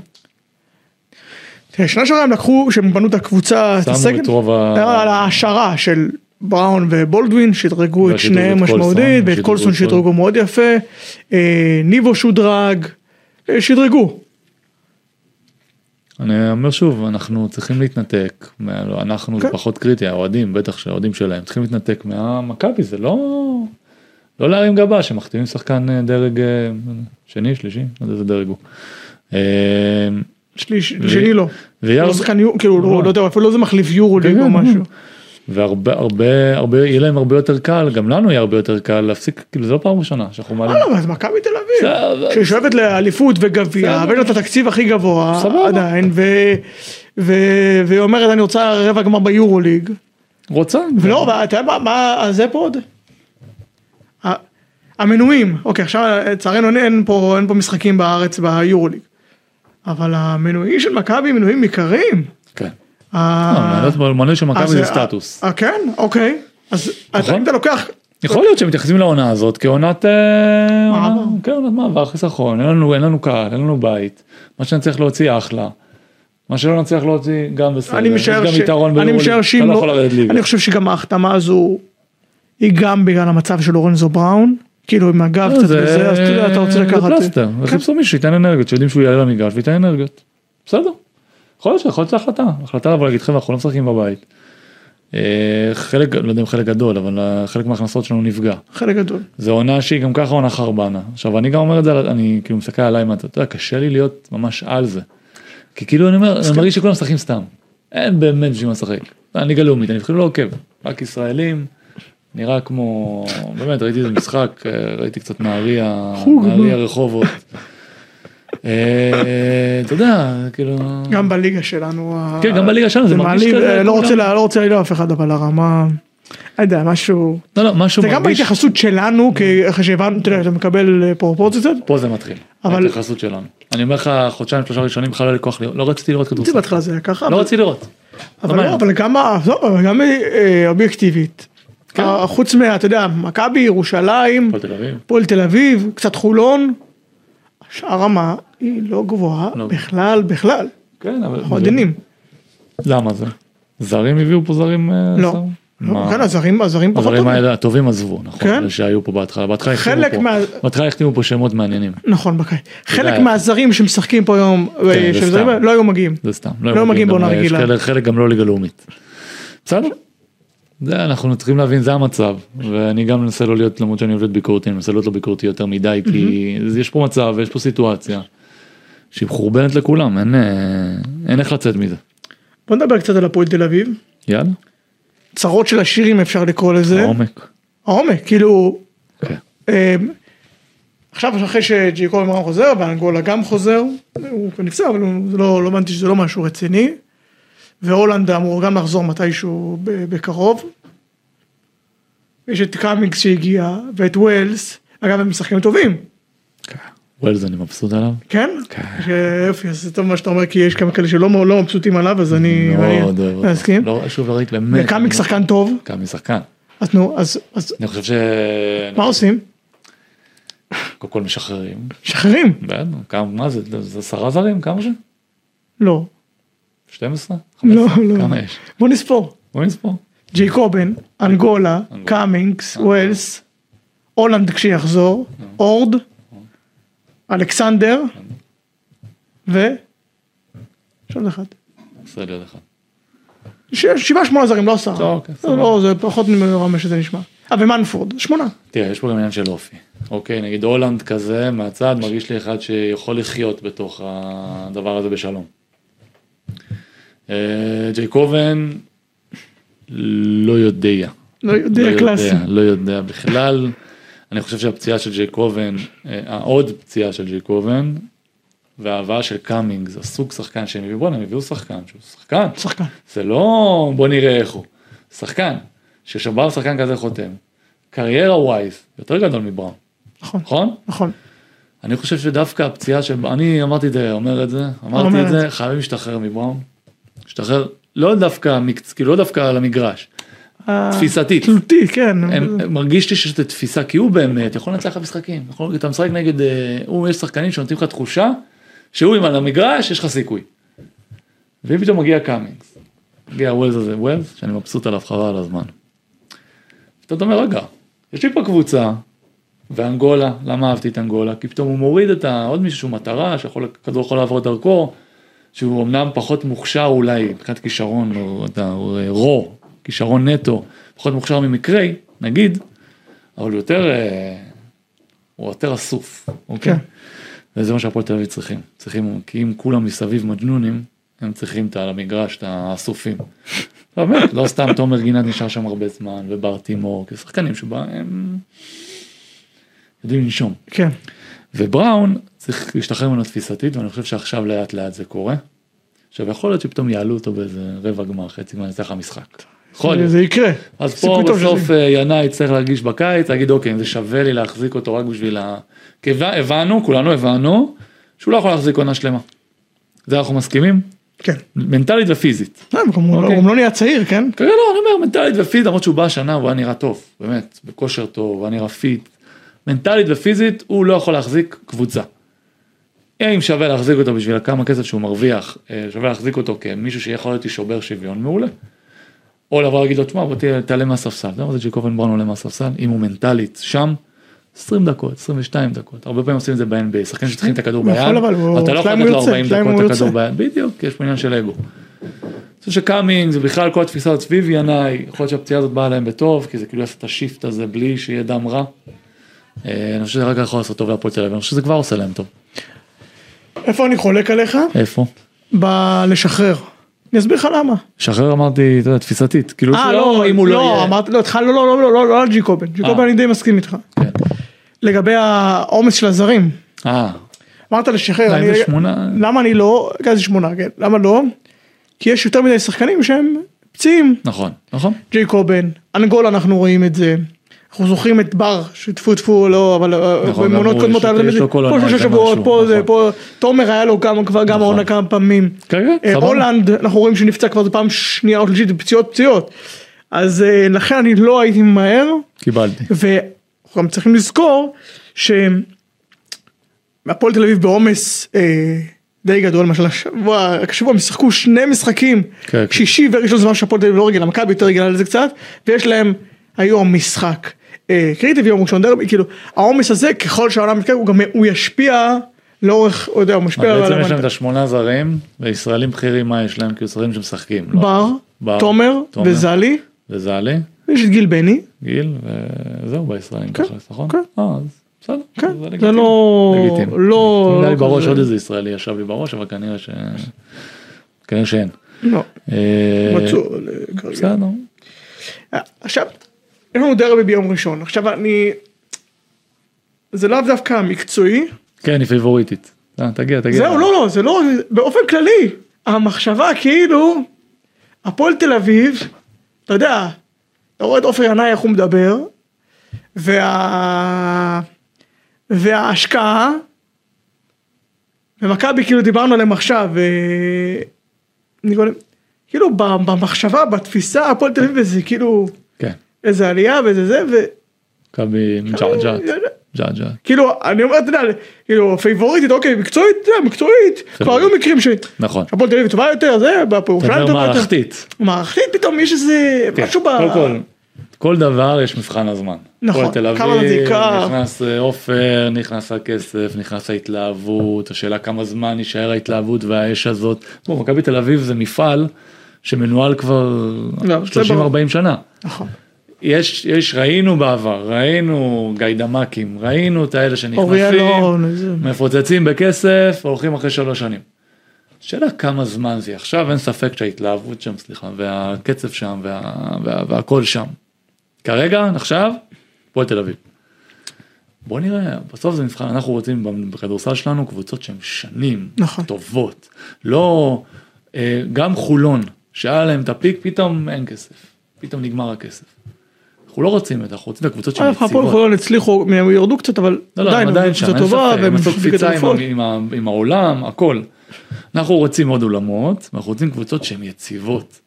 תראה, שנה שעברה הם לקחו, כשהם בנו את הקבוצה, את
שמו
הסגל,
את רוב ה...
היה על ההשערה של בראון ובולדווין, שדרגו את
והשדרוג
שניהם
את קולסון,
משמעותית, ואת
שדרגו
קולסון
את קול-
שדרגו מאוד יפה, אה, ניבו שודרג, אה, שדרגו.
אני אומר שוב, אנחנו צריכים להתנתק, מה- לא, אנחנו זה
כן.
פחות קריטי, האוהדים, בטח שהאוהדים שלהם, צריכים להתנתק מהמכבי, זה לא... לא להרים גבה שמחתימים שחקן אה, דרג אה, שני, שלישי, לא יודע איזה דרג הוא. אה,
שליש- שני לא. הוא לא
ויאר-
שחקן יורו, כאילו,
לא.
לא לא יודע, אפילו לא זה מחליף יורו ליג
כן,
או משהו.
והרבה הרבה הרבה יהיה להם הרבה יותר קל גם לנו יהיה הרבה יותר קל להפסיק כאילו זה לא פעם ראשונה שאנחנו מעלים.
לא, אבל אז מכבי תל אביב,
בסדר,
ששואפת לאליפות וגביע,
בסדר.
ויש לה את התקציב הכי גבוה,
סבבה.
עדיין, ו- ו- והיא אומרת, אני רוצה רבע גמר ביורו ליג.
רוצה
ולא, אבל אתה יודע מה- מה, אז זה פה עוד. ה- המנויים, אוקיי עכשיו לצערנו אין- אין פה, אין פה משחקים בארץ ביורוליג. אבל המנויים של מכבי הם מנויים עיקריים.
כן.
ה-
לא, מעניין שמכבי
אז-
זה סטטוס.
אה, כן, אוקיי. אז אתה-
נכון.
אם אתה לוקח,
יכול להיות שמתייחסים לעונה הזאת כעונת אה, עונה-
מעבר.
כן, עונת מעבר חיסכון אין לנו אין לנו קהל אין לנו בית מה שנצליח להוציא אחלה. מה שלא נצליח להוציא גם בסדר.
אני משער
יש גם יתרון
אני
ביורוליג,
משער
אתה
שאם
לא
לא,
יכול לרדת ליגה.
אני חושב שגם ההחתמה הזו היא גם בגלל המצב של לורנזו בראון. כאילו עם הגב קצת
אה, זה-
וזה, אז אתה יודע, אתה רוצה לקחת...
זה פלסטר,
כן.
וחיפשו מישהו שייתן אנרגיות, שיודעים שהוא יעלה למגרש וייתן אנרגיות. בסדר. יכול להיות שיכול להיות שזו החלטה, החלטה לבוא להגיד חבר'ה אנחנו לא משחקים בבית. אה, חלק, לא יודע אם חלק גדול, אבל אה, חלק מההכנסות שלנו נפגע.
חלק גדול.
זו עונה שהיא גם ככה עונה חרבנה. עכשיו אני גם אומר את זה, על- אני כאילו מסתכל עליי, מה- אתה יודע, קשה לי להיות ממש על זה. כי כאילו אני אומר, אני מרגיש שכולם משחקים סתם. אין באמת בשביל מה לשחק. הליגה לאומית, אני אפילו לא עוקב. רק ישראלים, נראה כמו, באמת ראיתי איזה משחק, אה, ראיתי קצת נהריה,
חוג,
נהריה רחובות. אה, אתה יודע, כאילו,
גם בליגה שלנו. ה-
כן, גם בליגה שלנו, זה מרגיש
מעליב,
כזה,
אה, לא
כולם-
רוצה לה- לא רוצה להעליב אף אחד אבל הרמה. לא יודע משהו.
לא לא, משהו
זה גם
מרגיש,
בהתייחסות שלנו כי אחרי שהבנו אתה יודע אתה מקבל אה, פרופורציות.
פה זה מתחיל,
אבל-
ההתייחסות שלנו. אני אומר לך, חודשיים, שלושה ראשונים בכלל לא היה לי כוח לראות, לא רציתי לראות
זה
כדורסל.
בהתחלה זה היה ככה.
לא
אבל-
רציתי לראות.
אבל
לא
לא, אבל גם, ה- לא, אבל גם אה, אובייקטיבית.
כן.
אה, חוץ מה, אתה יודע, מכבי, ירושלים,
הפועל תל אביב.
הפועל תל אביב, קצת חולון, הרמה היא לא גבוהה
לא.
בכלל, בכלל.
כן, אבל...
אנחנו עדינים.
למה זה? זרים הביאו פה זרים? אה,
לא.
זרים?
לא,
מה?
כן, הזרים, הזרים פחות
הזרים
טובים.
האלה הטובים עזבו, נכון?
כן.
אלה שהיו פה בהתחלה. בהתחלה
חלק
החתימו
מה-
פה- בהתחלה החתימו פה שמות מעניינים.
נכון, בקיץ. חלק
היה.
מהזרים שמשחקים פה היום, אה,
כן,
שהם
זה סתם.
זרים, לא היו מגיעים.
זה סתם.
לא מגיעים
גם-
בעונה
יש
רגילה.
כאלה- חלק גם לא ליגה לאומית. בסדר. זה אנחנו צריכים להבין זה המצב ואני גם מנסה לא להיות למרות שאני עובד ביקורתי אני מנסה להיות לא ביקורתי יותר מדי כי אז יש פה מצב ויש פה סיטואציה. שהיא מחורבנת לכולם אין אה, אין איך לצאת מזה.
בוא נדבר קצת על הפועל תל אביב.
יאללה.
צרות של השירים אפשר לקרוא לזה.
עומק.
העומק, כאילו,
כן.
אה, עכשיו אחרי שג'יקו אמרם חוזר ואנגולה גם חוזר, הוא כבר נפצע אבל הוא- זה לא, לא הבנתי שזה לא משהו רציני, והולנד אמור גם לחזור מתישהו ב- בקרוב. יש את קאמינגס שהגיע ואת ווילס, אגב הם משחקים טובים,
ווילס אני מבסוט עליו.
כן?
כן.
ש- יופי, אז זה טוב מה שאתה אומר כי יש כמה כאלה שלא לא מבסוטים עליו אז אני אני
מאוד אוהב אותו.
מסכים.
לא, שוב לא ראיתי באמת.
וקאמינגס שחקן טוב,
קאמי שחקן.
אז נו, אז אז
אני חושב ש...
מה עושים?
קודם כל משחררים.
שחררים,
בעד, כמה, מה זה? זה עשרה זרים? כמה זה?
לא,
12?
לא,
15?
לא.
כמה יש?
בוא נספור.
בוא נספור.
ג'ייקובן, אנגולה, קאמינגס, ווילס, הולנד כשיחזור, אורד, אלכסנדר, ו... יש עוד אחד.
עשה לי עוד אחד.
ש- שבעה שמונה זרים, לא עשרה.
טוב, אוקיי,
לא,
סבבה.
לא, זה פחות מרמה שזה נשמע. אה, ומנפורד, שמונה.
תראה, יש פה גם עניין של אופי. אוקיי, נגיד הולנד כזה, מהצד, מרגיש לי אחד שיכול לחיות בתוך הדבר הזה בשלום. אה, ג'ייקובן, לא יודע.
לא יודע,
לא
קלאסי.
יודע, לא יודע בכלל. אני חושב שהפציעה של ג'ייקובן, אה, העוד פציעה של ג'ייקובן, וההבאה של קאמינגס, הסוג שחקן שהם הביאו, בוא'נה, הם הביאו שחקן שהוא שחקן,
שחקן.
זה לא בוא נראה איך הוא, שחקן, ששבר שחקן כזה חותם, קריירה ווייז, יותר גדול מבראון,
נכון,
נכון?
נכון.
אני חושב שדווקא הפציעה של, אני אמרתי את זה, אומר את זה, אמרתי
אומר
את
את
זה, חייבים להשתחרר מבראון, להשתחרר, לא דווקא, מקצ- כאילו לא דווקא על המגרש,
אה,
תפיסתית.
תלותי, כן.
הם- הם- מרגיש לי שיש את התפיסה כי הוא באמת יכול לנצח לך משחקים יכול, אתה משחק נגד אה, הוא יש שחקנים שנותנים לך תחושה שהוא אם על המגרש יש לך סיכוי. ואם פתאום מגיע קאמינגס. מגיע ווילס הזה ווילס שאני מבסוט עליו חבל על הזמן. פתאום אתה אומר רגע יש לי פה קבוצה. ואנגולה למה אהבתי את אנגולה כי פתאום הוא מוריד את ה- עוד מישהו שהוא מטרה שיכול כדור יכול לעבור את דרכו. שהוא אמנם פחות מוכשר אולי מבחינת כישרון, הוא אתה- הוא, אה, רו, כישרון נטו, פחות מוכשר ממקרי, נגיד, אבל הוא יותר, אה, הוא יותר אסוף, אוקיי?
כן.
וזה מה שהפועל תל אביב צריכים, צריכים, כי אם כולם מסביב מג'נונים, הם צריכים את על המגרש, את האסופים. לא, באמת, לא סתם תומר גינת נשאר שם הרבה זמן, ובר תימור, כי שחקנים שבה הם יודעים לנשום.
כן.
ובראון צריך להשתחרר ממנו תפיסתית ואני חושב שעכשיו לאט לאט זה קורה. עכשיו יכול להיות שפתאום יעלו אותו באיזה רבע גמר חצי גמר נצטרך המשחק. יכול להיות.
זה יקרה.
אז פה
סיכוי טוב
בסוף
שזה-
אה, ינאי צריך להרגיש בקיץ להגיד אוקיי אם זה שווה לי להחזיק אותו רק בשביל ה... כי הבנ- הבנו כולנו הבנו שהוא לא יכול להחזיק עונה שלמה. זה אנחנו מסכימים?
כן.
מנטלית ופיזית.
לא, הוא גם- הוא
אוקיי.
גם לא נהיה צעיר, כן?
כן, לא, אני אומר מנטלית ופיזית, למרות שהוא בא השנה הוא היה נראה טוב, באמת, בכושר טוב, הוא היה נראה פיט. מנטלית ופיזית הוא לא יכול להחזיק קבוצה. אם שווה להחזיק אותו בשביל כמה כסף שהוא מרוויח, אה, שווה להחזיק אותו כמישהו שיכול להיות שובר שוויון מעולה. או לבוא להגיד לו, תשמע, בוא תה- תעלה מהספסל. אתה יודע מה זה ג'יקובן בראון עולה מהספסל? אם הוא מנטלית שם, 20 דקות, 22 דקות. הרבה פעמים עושים את זה ב-NBA, שחקנים שצריכים את הכדור
הוא
ביד,
יכול, נכון, אבל הוא-
אתה לא יכול
אצלם
לתת
הוא
לו
יוצא,
40
אצלם הוא
דקות את הכדור
יוצא.
ביד, בדיוק, כי יש פה עניין של אגו. אני חושב שקאמינג זה בכלל כל התפיסה הזאת סביב ינאי, יכול להיות שהפציעה הזאת באה להם בטוב, כי זה כאילו יעשה את השיפט הזה בלי שיהיה דם רע. אה, אני חושב שזה רק יכול לעשות טוב להפועל תל אביב, אני חושב שזה כבר עושה להם טוב.
איפה אני חולק עליך?
איפה?
בלשחרר. אני אסביר לך למה.
שחרר אמרתי, אתה יודע, תפיסתית, כאילו
אה,
שלא,
לא,
אם הוא לא יהיה.
אמרתי, לא, התחלנו, לא, לא, לא, לא, לא על ג'יקובן, ג'יקובן
אה.
אני די מסכים איתך.
כן.
לגבי העומס של הזרים,
אה,
אמרת לשחרר,
אולי
אני-
אם זה שמונה,
למה אני לא, כן, זה שמונה, כן, למה לא? כי יש יותר מדי שחקנים שהם פציעים,
נכון, נכון,
ג'יקובן, אנגול אנחנו רואים את זה, אנחנו זוכרים את בר שטפו טפו לא אבל אה,
נכון,
בעונות
גם הוא
קודמות
יש-
היה לו
יש לו
איזה-
כל
פה
עונה
שלושה
איזה
שבועות
משהו,
פה זה
נכון.
פה תומר היה לו גם כבר גם
נכון.
העונה כמה פעמים.
כן, כן,
אה,
סבבה.
הולנד אנחנו רואים שנפצע כבר זו פעם שנייה או שלישית פציעות פציעות. אז אה, לכן אני לא הייתי ממהר.
קיבלתי.
ואנחנו גם צריכים לזכור שהפועל תל אביב בעומס אה, די גדול למשל השבוע, רק השבוע הם שיחקו שני משחקים,
כן, כן.
שישי וראשון זמן שהפועל תל אביב לא רגילה, מכבי יותר רגילה לזה קצת, ויש להם היום משחק אה, קריטי ויום ראשון דרבי, כאילו העומס הזה ככל שהעולם מתקרב הוא גם הוא ישפיע לאורך, הוא יודע, הוא משפיע על
בעצם יש להם את
המנ-
השמונה זרים, וישראלים בכירים מה יש להם? כי זרים שמשחקים. לא?
בר,
בר,
תומר
תומר.
וזלי,
וזלי,
יש את גיל בני,
גיל, וזהו בישראלים
כן,
תכלס, נכון?
כן.
אה, אז בסדר.
כן, זה
לגיטימי.
לא-
לגיטימי.
לא-
נראה
לא
לי בראש
כזה.
עוד איזה ישראלי ישב לי בראש, אבל כנראה ש... כנראה שאין.
לא,
אה,
מצאו, אה, כרגע.
בסדר.
עכשיו, יש לנו דרבי ביום ראשון. עכשיו אני... זה לאו דווקא המקצועי.
כן, היא פייבוריטית. אה, תגיע, תגיע.
זהו, לא, לא, זה לא... באופן כללי, המחשבה כאילו, הפועל תל אביב, אתה יודע, אתה רואה את עופר ינאי איך הוא מדבר, וה... וההשקעה, ומכבי כאילו דיברנו עליהם עכשיו, אה, אני קודם, כאילו במחשבה, בתפיסה, הפועל תל אביב זה כאילו...
כן.
איזה עלייה וזה זה ו...
מכבי ג'עג'עת.
אה,
ג'עג'עת.
כאילו אני אומר אתה יודע כאילו פייבוריטית אוקיי מקצועית אתה יודע, מקצועית כבר היו מקרים ש...
נכון.
הפועל תל אביב טובה יותר זה בהפועל
לא- אתה
ירושלים
אומר
טובה יותר.
מערכתית.
מערכתית פתאום יש איזה
כן,
משהו ב...
קודם כל, כל דבר יש מבחן הזמן.
נכון,
כל תל
כמה זה
אביב,
ייקח.
נכנס אה, עופר, נכנס הכסף, נכנס ההתלהבות, השאלה כמה זמן יישאר ההתלהבות והאש הזאת. בוא, מכבי תל אביב זה מפעל שמנוהל כבר
לא, זה
30-40 שנה.
נכון.
יש, יש, ראינו בעבר, ראינו גיידמקים, ראינו את האלה
אוריאל לא-
שנכנסים,
אורן. איזה-
מפוצצים בכסף, הולכים אחרי שלוש שנים. שאלה כמה זמן זה יהיה. עכשיו, אין ספק שההתלהבות שם, סליחה, והקצב שם, וה, וה, והכל שם. כרגע, עכשיו, פועל תל אביב. בוא נראה, בסוף זה מבחן, אנחנו רוצים בכדורסל שלנו קבוצות שהן שנים,
נכון.
טובות, לא, אה, גם חולון, שהיה להם את הפיק, פתאום אין כסף, פתאום נגמר הכסף. אנחנו לא רוצים את זה, אנחנו רוצים את הקבוצות שהן
א', אה, הפועל
יציבות.
חולון הצליחו הם ירדו קצת אבל
לא, לא, הם עדיין שם,
קבוצה
אין
טובה
ספק, הם עשו
בליגת
קפיצה עם,
אלופות.
ה- עם, ה- עם העולם, הכל. אנחנו רוצים עוד עולמות, ואנחנו רוצים קבוצות שהן יציבות.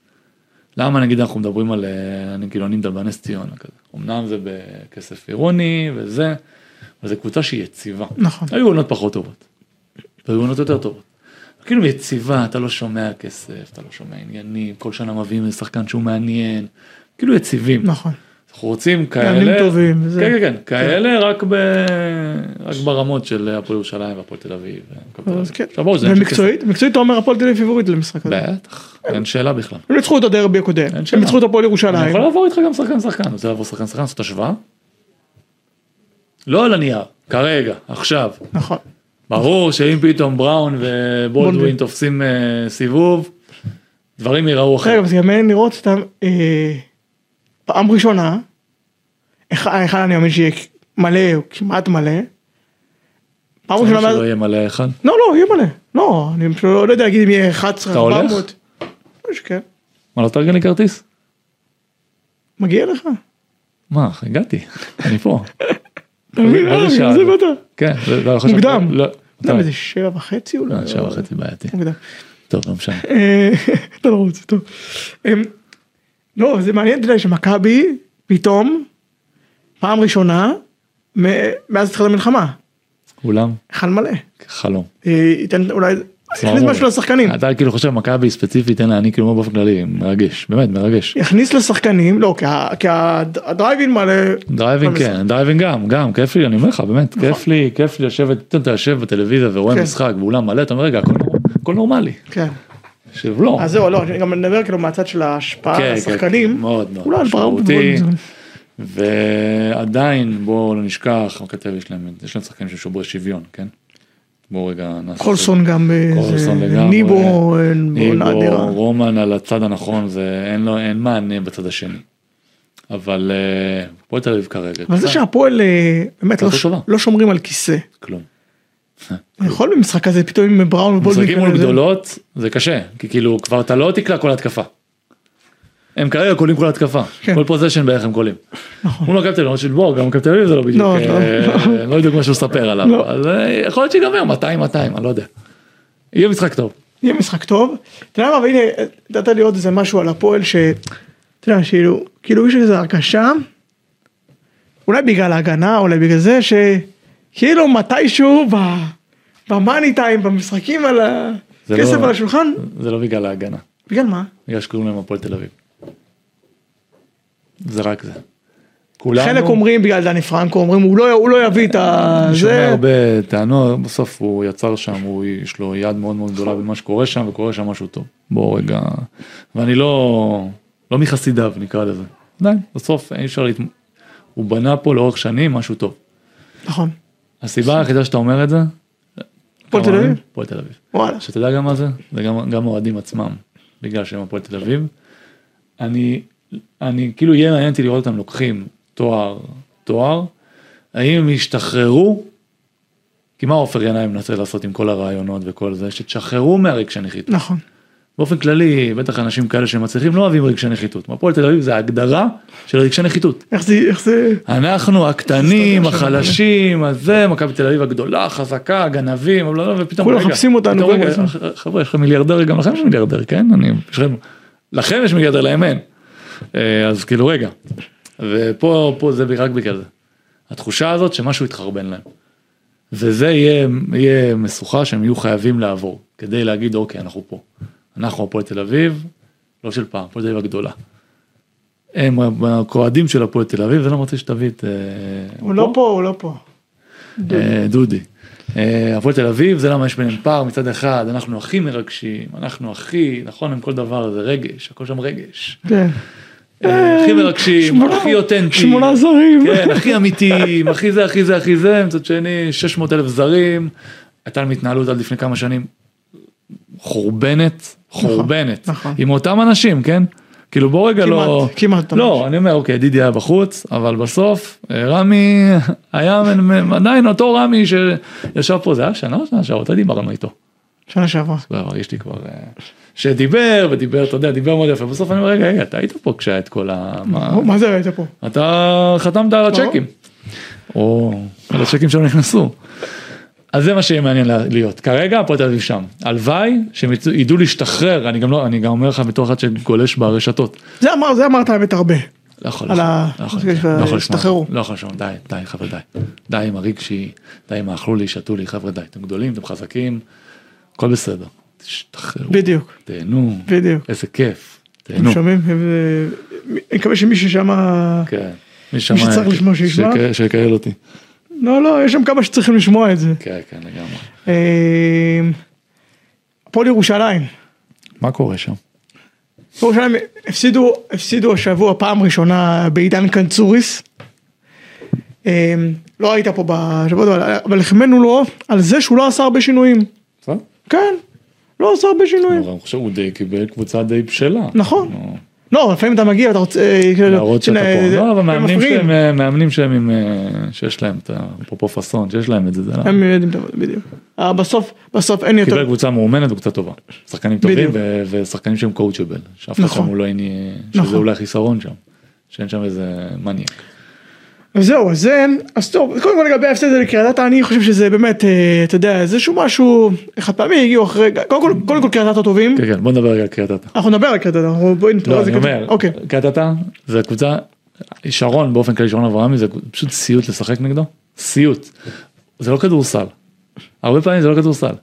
למה נגיד אנחנו מדברים על, אה, אני כאילו, אני מדבר על נס ציונה כזה. אמנם זה בכסף עירוני וזה, אבל זו קבוצה שהיא יציבה.
נכון.
היו עונות פחות טובות, והיו עונות יותר טובות. כאילו יציבה, אתה לא שומע כסף, אתה לא שומע עניינים, כל שנה מביאים איזה שחקן שהוא מעניין, כאילו יציבים.
נכון.
אנחנו רוצים
מאמנים
כאלה,
טובים, וזה-
כן כן כן, כאלה רק, ב... רק ברמות של הפועל ירושלים והפועל תל אביב. והפועל תל
אז
אביב.
כן.
עכשיו ברור שזה אנשי
ומקצועית מקצועית אתה אומר הפועל תל אביב פיבוריטית למשחק
כסף.
הזה.
בטח, אין שאלה בכלל.
הם ניצחו את הדרבי הקודם.
שאלה.
הם ניצחו את הפועל
אני
ירושלים.
יכול לעבור איתך גם שחקן שחקן, רוצה לעבור שחקן שחקן, לעשות השוואה? לא על הנייר, כרגע, עכשיו.
נכון.
ברור שאם פתאום בראון ובולדווין
בולדווין.
תופסים אה, סיבוב, דברים ייראו אחרת.
רגע, זה גם מעניין לראות סתם אה, פעם ראשונה, אחד אחד אני מאמין שיהיה מלא, או כמעט מלא, פעם
צריך
ראשונה, מאז-
שלא יהיה מלא אחד.
לא לא יהיה מלא, לא, אני פשוט לא לא יודע להגיד אם יהיה 11,
אתה הולך?
400, אני חושב שכן.
מה, לא תארגן לי כרטיס?
מגיע לך,
מה, הגעתי, אני פה.
אתה מבין?
מה זה
אה,
שעה
זה
הזאת?
בטח,
כן, זה- לא חשבתי-
מוקדם.
לא,
אתה יודע,
מתי?
איזה כן. שבע וחצי אולי,
לא, שעה וחצי בעייתי.
מוקדם.
טוב, לא משנה.
אה, אתה לא רוצה, טוב. אמ, לא, זה מעניין, אתה יודע, שמכבי, פתאום, פעם ראשונה, מ- מאז התחילת המלחמה,
אולם,
היכל מלא.
חלום.
אה, ייתן אולי, יכניס
צמרמורת.
משהו לשחקנים,
אתה כאילו חושב מכבי ספציפית, אין לה, אני כאילו אומר באופן כללי, מרגש, באמת מרגש.
יכניס לשחקנים, לא, כי ה- כי הדרייבין מלא,
דרייבינג
במשחק.
כן, דרייבינג גם, גם, כיף לי, אני אומר לך, באמת, כיף לי, כיף לי לשבת, פתאום אתה יושב בטלוויזיה ורואה
נכון. כן.
משחק באולם מלא, אתה אומר, רגע, הכל נור- הכל נורמלי.
כן,
עכשיו לא.
אז זהו, לא, אני גם מדבר כאילו מהצד של ההשפעה
כן,
על
כן, כן,
השחקנים,
מאוד מאוד
אולי על ברור,
משמעותי.
בוא נזמן.
ועדיין, בואו לא נשכח, מכתב יש להם, יש להם שחקנים ששוברי שוויון, כן? בואו רגע נעשה...
קולסון גם, אה,
קולסון
זה-
לגמרי.
ניבו, אה, בעונה אדירה,
ניבו, רומן על הצד הנכון זה אין לו אין מענה בצד השני. אבל אה, הפועל תל אביב כרגע.
אבל זה
קצת,
שהפועל אה, באמת לא
קבוצה
ש-
טובה.
לא שומרים על כיסא,
כלום.
יכול במשחק הזה פתאום עם בראון ובולדווין,
משחקים מול
כאלה, זה-
גדולות זה קשה כי כאילו כבר אתה לא תקלע כל התקפה. הם כרגע קולים כל התקפה,
כן. נכון.
כל פוזיישן בערך הם קולים. מול מכבי תל אביב, למרות שבוא, גם מכבי תל אביב זה לא בדיוק,
לא,
אה, לא בדיוק מה שהוא מספר
לא.
עליו, אז אה, יכול להיות שיגמר 200-200, אני לא יודע. יהיה משחק טוב.
יהיה משחק טוב. אתה יודע מה, והנה, נתת לי עוד איזה משהו על הפועל ש... אתה יודע, שאילו, כאילו יש איזו הרגשה, אולי בגלל ההגנה, אולי בגלל זה, שכאילו מתישהו ב... במאני טיים, במשחקים על ה...
זה
כסף
לא-
על השולחן,
זה לא בגלל ההגנה,
בגלל מה?
בגלל שקוראים להם הפועל תל אביב. זה רק זה. כולנו,
חלק אומרים בגלל דני פרנקו, אומרים הוא לא, הוא לא יביא את ה...
אני שומע
זה...
הרבה טענות, בסוף הוא יצר שם, הוא יש לו יד מאוד מאוד גדולה במה שקורה שם, וקורה שם משהו טוב. בוא רגע, ואני לא, לא מחסידיו נקרא לזה. עדיין, בסוף אי אפשר להתמ... הוא בנה פה לאורך שנים משהו טוב.
נכון.
הסיבה היחידה שאתה אומר את זה,
הפועל תל אביב?
הפועל תל אביב.
וואלה.
שתדע גם מה זה, זה גם, גם האוהדים עצמם, בגלל שהם הפועל תל אביב. אני, אני כאילו יהיה מעניין אותי לראות אותם לוקחים תואר, תואר, האם הם ישתחררו, כי מה עופר ינאי מנסה לעשות עם כל הרעיונות וכל זה, שתשחררו מהרגשי נחיתות.
נכון.
באופן כללי, בטח אנשים כאלה שמצליחים לא אוהבים רגשי נחיתות. הפועל תל אביב זה ההגדרה של רגשי נחיתות.
איך זה... איך זה...
אנחנו הקטנים,
מסתבר שלא.
החלשים, הזה, מכבי תל אביב הגדולה, החזקה, הגנבים, אבל לא, ופתאום
כולם
רגע,
מחפשים אותנו,
פתאום,
רגע,
רגע,
זה-
ח- חבר'ה, יש לכם מיליארדר, גם לכם יש מיליארדר, כן? אני, יש לכם, לכם יש מיליארדר, להם אין. אה, אז כאילו רגע, ופה פה זה רק בגלל זה. התחושה הזאת שמשהו התחרבן להם. וזה יהיה, יהיה משוכה שהם יהיו חייבים לעבור, כדי להגיד אוקיי, אנחנו פה. אנחנו הפועל תל אביב, לא של פעם, הפועל תל אביב הגדולה. הם הכועדים של הפועל תל אביב, זה לא מוצא שתביא את... אה,
הוא לא פה, הוא לא פה.
אה, דודי. אה, הפועל תל אביב זה למה יש ביניהם פער מצד אחד אנחנו הכי מרגשים אנחנו הכי נכון עם כל דבר זה רגש הכל שם רגש
כן.
אה, הכי מרגשים
שמונה-
הכי אותנטי
שמונה זרים.
כן, הכי אמיתיים, הכי זה, הכי זה, הכי זה, מצד שני, 600 אלף זרים, הייתה להם התנהלות עד לפני כמה שנים חורבנת, חורבנת,
נכון.
עם אותם אנשים, כן? כאילו בוא רגע לא,
כמעט, כמעט אותם
לא,
אנשים.
אני אומר, אוקיי, דידי היה בחוץ, אבל בסוף אה, רמי היה מ- מ- עדיין אותו רמי שישב פה, זה היה שנה או שנה שעברה, דיברנו איתו.
שנה שעברה.
לא, מרגיש לי כבר, אה, שדיבר ודיבר, אתה יודע, דיבר מאוד יפה, בסוף אני אומר, רגע, רגע, אתה היית פה כשהיה את כל ה... מה-
מה זה ראית פה?
אתה חתמת על הצ'קים. או על הצ'קים שלא נכנסו. אז זה מה שיהיה מעניין לה- להיות. כרגע הפועל תל אביב שם. הלוואי שהם יצאו- ידעו להשתחרר, אני גם לא, אני גם אומר לך בתור אחד שגולש ברשתות.
זה אמר, זה אמרת האמת הרבה.
לא יכול,
על
לא
ה-
יכול, לא יכול, לא יכול לשמוע,
השתחררו.
לא יכול לשמוע, די, די חבר'ה די, די עם הרגשי, די עם האכלו לי, שתו לי, חבר'ה די, אתם גדולים, אתם חזקים, הכל בסדר, תשתחררו,
בדיוק,
תהנו,
בדיוק.
איזה כיף,
אתם
תהנו,
שומעים? הם, אה, אני מקווה שמישהו שם...
כן, מי
שצריך לשמוע, שישמע.
שיקהל אותי,
לא, לא, יש שם כמה שצריכים לשמוע את זה.
כן, כן לגמרי.
אה, הפועל ירושלים.
מה קורה שם?
הפועל ירושלים הפסידו, הפסידו השבוע פעם ראשונה בעידן קנצוריס. אה, לא היית פה בשבוע, אבל- אבל החמאנו לו על זה שהוא לא עשה הרבה שינויים.
בסדר?
כן, לא עשה הרבה שינויים.
אני חושב הוא די קיבל קבוצה די בשלה.
נכון.
נו,
לא, לפעמים אתה מגיע ואתה רוצה... אה, כאילו,
להראות שאתה
אה,
פה.
זה-
לא, אבל
הם
מאמנים
מפריעים.
שלהם, אה, מאמנים שלהם עם, אה, שיש להם את ה- אפרופו פאסון, שיש להם את זה, זה לא.
הם יודעים את זה, בדיוק. אה, בסוף, בסוף אין לי
קיבל
יותר...
קבוצה מאומנת וקבוצה טובה. שחקנים טובים
בדיוק.
ו- ושחקנים שהם קואוצ'בל. שאף אחד
נכון.
שם הוא לא עניין,
נכון.
שזה אולי החיסרון שם. שאין שם איזה מניאק.
אז זהו, אז זה... אז טוב, קודם כל לגבי ההפסד הזה לקריית אתא, אני חושב שזה באמת, אה, אתה יודע, זה שהוא משהו חד פעמי, הגיעו אחרי... קודם כל, קודם כל קריית אתא טובים.
כן, כן, בוא נדבר רגע על קריית אתא.
אנחנו נדבר על קריית אתא, אנחנו בואי נתראה
לא,
על זה
אני
כזה.
אומר,
אוקיי,
קריית אתא זה קבוצה, שרון באופן כללי, שרון אברהמי, זה פשוט סיוט לשחק נגדו, סיוט. זה לא כדורסל, הרבה פעמים זה לא כדורסל.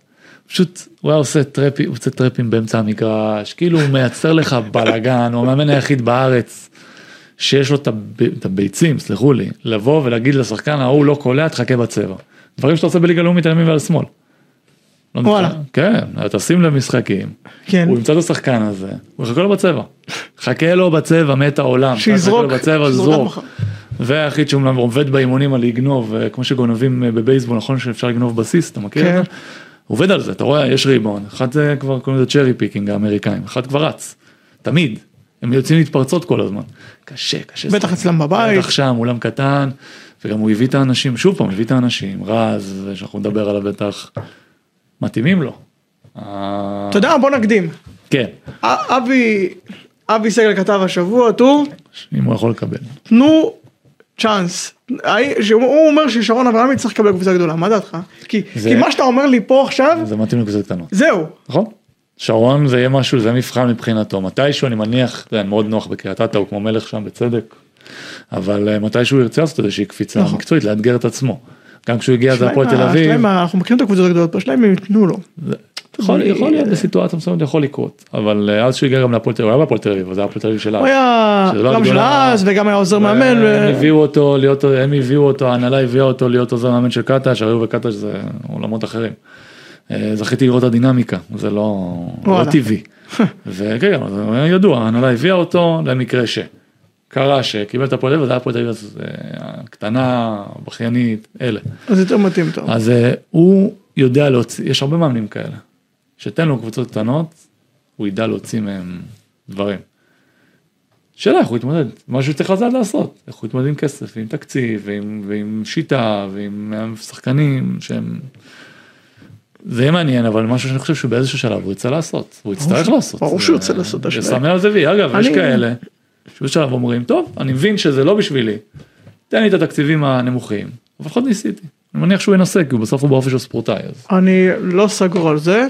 פשוט הוא היה עושה טרפים, הוא עושה טרפים באמצע המגרש, כאילו הוא מייצר לך בלאגן, הוא המאמן היחיד בארץ שיש לו את הב- את הביצים, סלחו לי, לבוא ולהגיד לשחקן ההוא לא קולע, תחכה בצבע. דברים שאתה עושה בליגה לאומית על ימין ועל שמאל. לא
וואלה.
נתפ- כן, אתה שים לב משחקים,
כן.
הוא ימצא את השחקן הזה, הוא יחכה לו בצבע. חכה לו בצבע, מת העולם.
שיזרוק,
חכה לו בצבע,
שיזרוק עד
זרוק.
מחר.
והיחיד שהוא אומנם עובד באימונים על לגנוב, אה, כמו שגונבים אה, בבייסבול, נכון שאפשר לגנוב בסיס, אתה מכיר
כן.
את זה? הוא עובד על זה, אתה רואה, יש ריבון, אחד זה כבר קוראים לזה צ'רי פיקינג האמריקאים, אחד כבר רץ, תמיד. הם יוצאים להתפרצות כל הזמן. קשה, קשה.
בטח אצלם בבית.
בטח שם, אולם קטן, וגם הוא הביא את האנשים, שוב פעם, הביא את האנשים, רז, שאנחנו נדבר עליו בטח, מתאימים לו.
אתה יודע, מה, בוא נקדים.
כן.
א- אבי... אבי סגל כתב השבוע טור,
אם הוא יכול לקבל.
תנו צ'אנס. האי- שהוא- הוא אומר ששרון אברהמי צריך לקבל קבוצה גדולה, מה דעתך? כי
זה-
כי מה שאתה אומר לי פה עכשיו,
זה מתאים לקבוצות קטנות.
זהו.
נכון. שרון זה יהיה משהו, זה מבחן מבחינתו. מתישהו אני מניח, זה מאוד נוח בקריית אתא, הוא כמו מלך שם בצדק, אבל אה, מתישהו הוא ירצה לעשות איזושהי קפיצה
נכון.
מקצועית, לאתגר את עצמו. גם כשהוא הגיע אז להפועל תל
השאלה
אביב, אה,
אם ה- אנחנו מכירים את הקבוצות הגדולות, פה, השאלה אם הם ייתנו לו.
יכול יכול להיות בסיטואציה מסוימת, יכול לקרות, אבל אה, אז שהוא הגיע גם להפועל תל אביב, הוא היה בהפועל תל אביב, אבל זה היה הפועל תל אביב שלנו.
הוא היה
שזה לא
גם של
הגדולה.
אז וגם היה עוזר מאמן.
הם
ו-
הביאו אותו להיות, הם הביאו אותו, ההנהלה הביאה אותו להיות עוזר מאמן של קטש, הרי הוא וקטש זה עולמות אחרים. אה, זכיתי לראות את הדינמיקה, זה לא, לא
וואלה.
טבעי. וכן, זה היה ידוע, ההנהלה הביאה אותו למקרה ש. קרה שקיבל את הפועל תל אביב, זה היה הפועל תל אביב אז, אה, הקטנה, בכיינית, אלה.
אז יותר מתאים טוב.
אז אה, הוא יודע להוציא, יש הרבה מאמנים כאלה. שתן לו קבוצות קטנות, הוא ידע להוציא מהם דברים. שאלה איך הוא יתמודד, מה שהוא צריך לדעת לעשות, איך הוא יתמודד עם כסף, עם תקציב, ועם, ועם שיטה, ועם אה, שחקנים שהם... זה יהיה מעניין, אבל משהו שאני חושב שבאיזשהו שלב הוא יצא לעשות, הוא יצטרך
שהוא-
לעשות.
ברור
זה-
שהוא יצא לעשות,
זה
השאלה.
שמח על זה, ואגב, יש
אני-
כאלה שבאיזשהו שלב אומרים, טוב, אני מבין שזה לא בשבילי, תן לי את התקציבים הנמוכים, אבל לפחות ניסיתי. אני מניח שהוא ינסה, כי הוא בסוף הוא באופי של ספורטאי, אז
אני לא סגור על זה.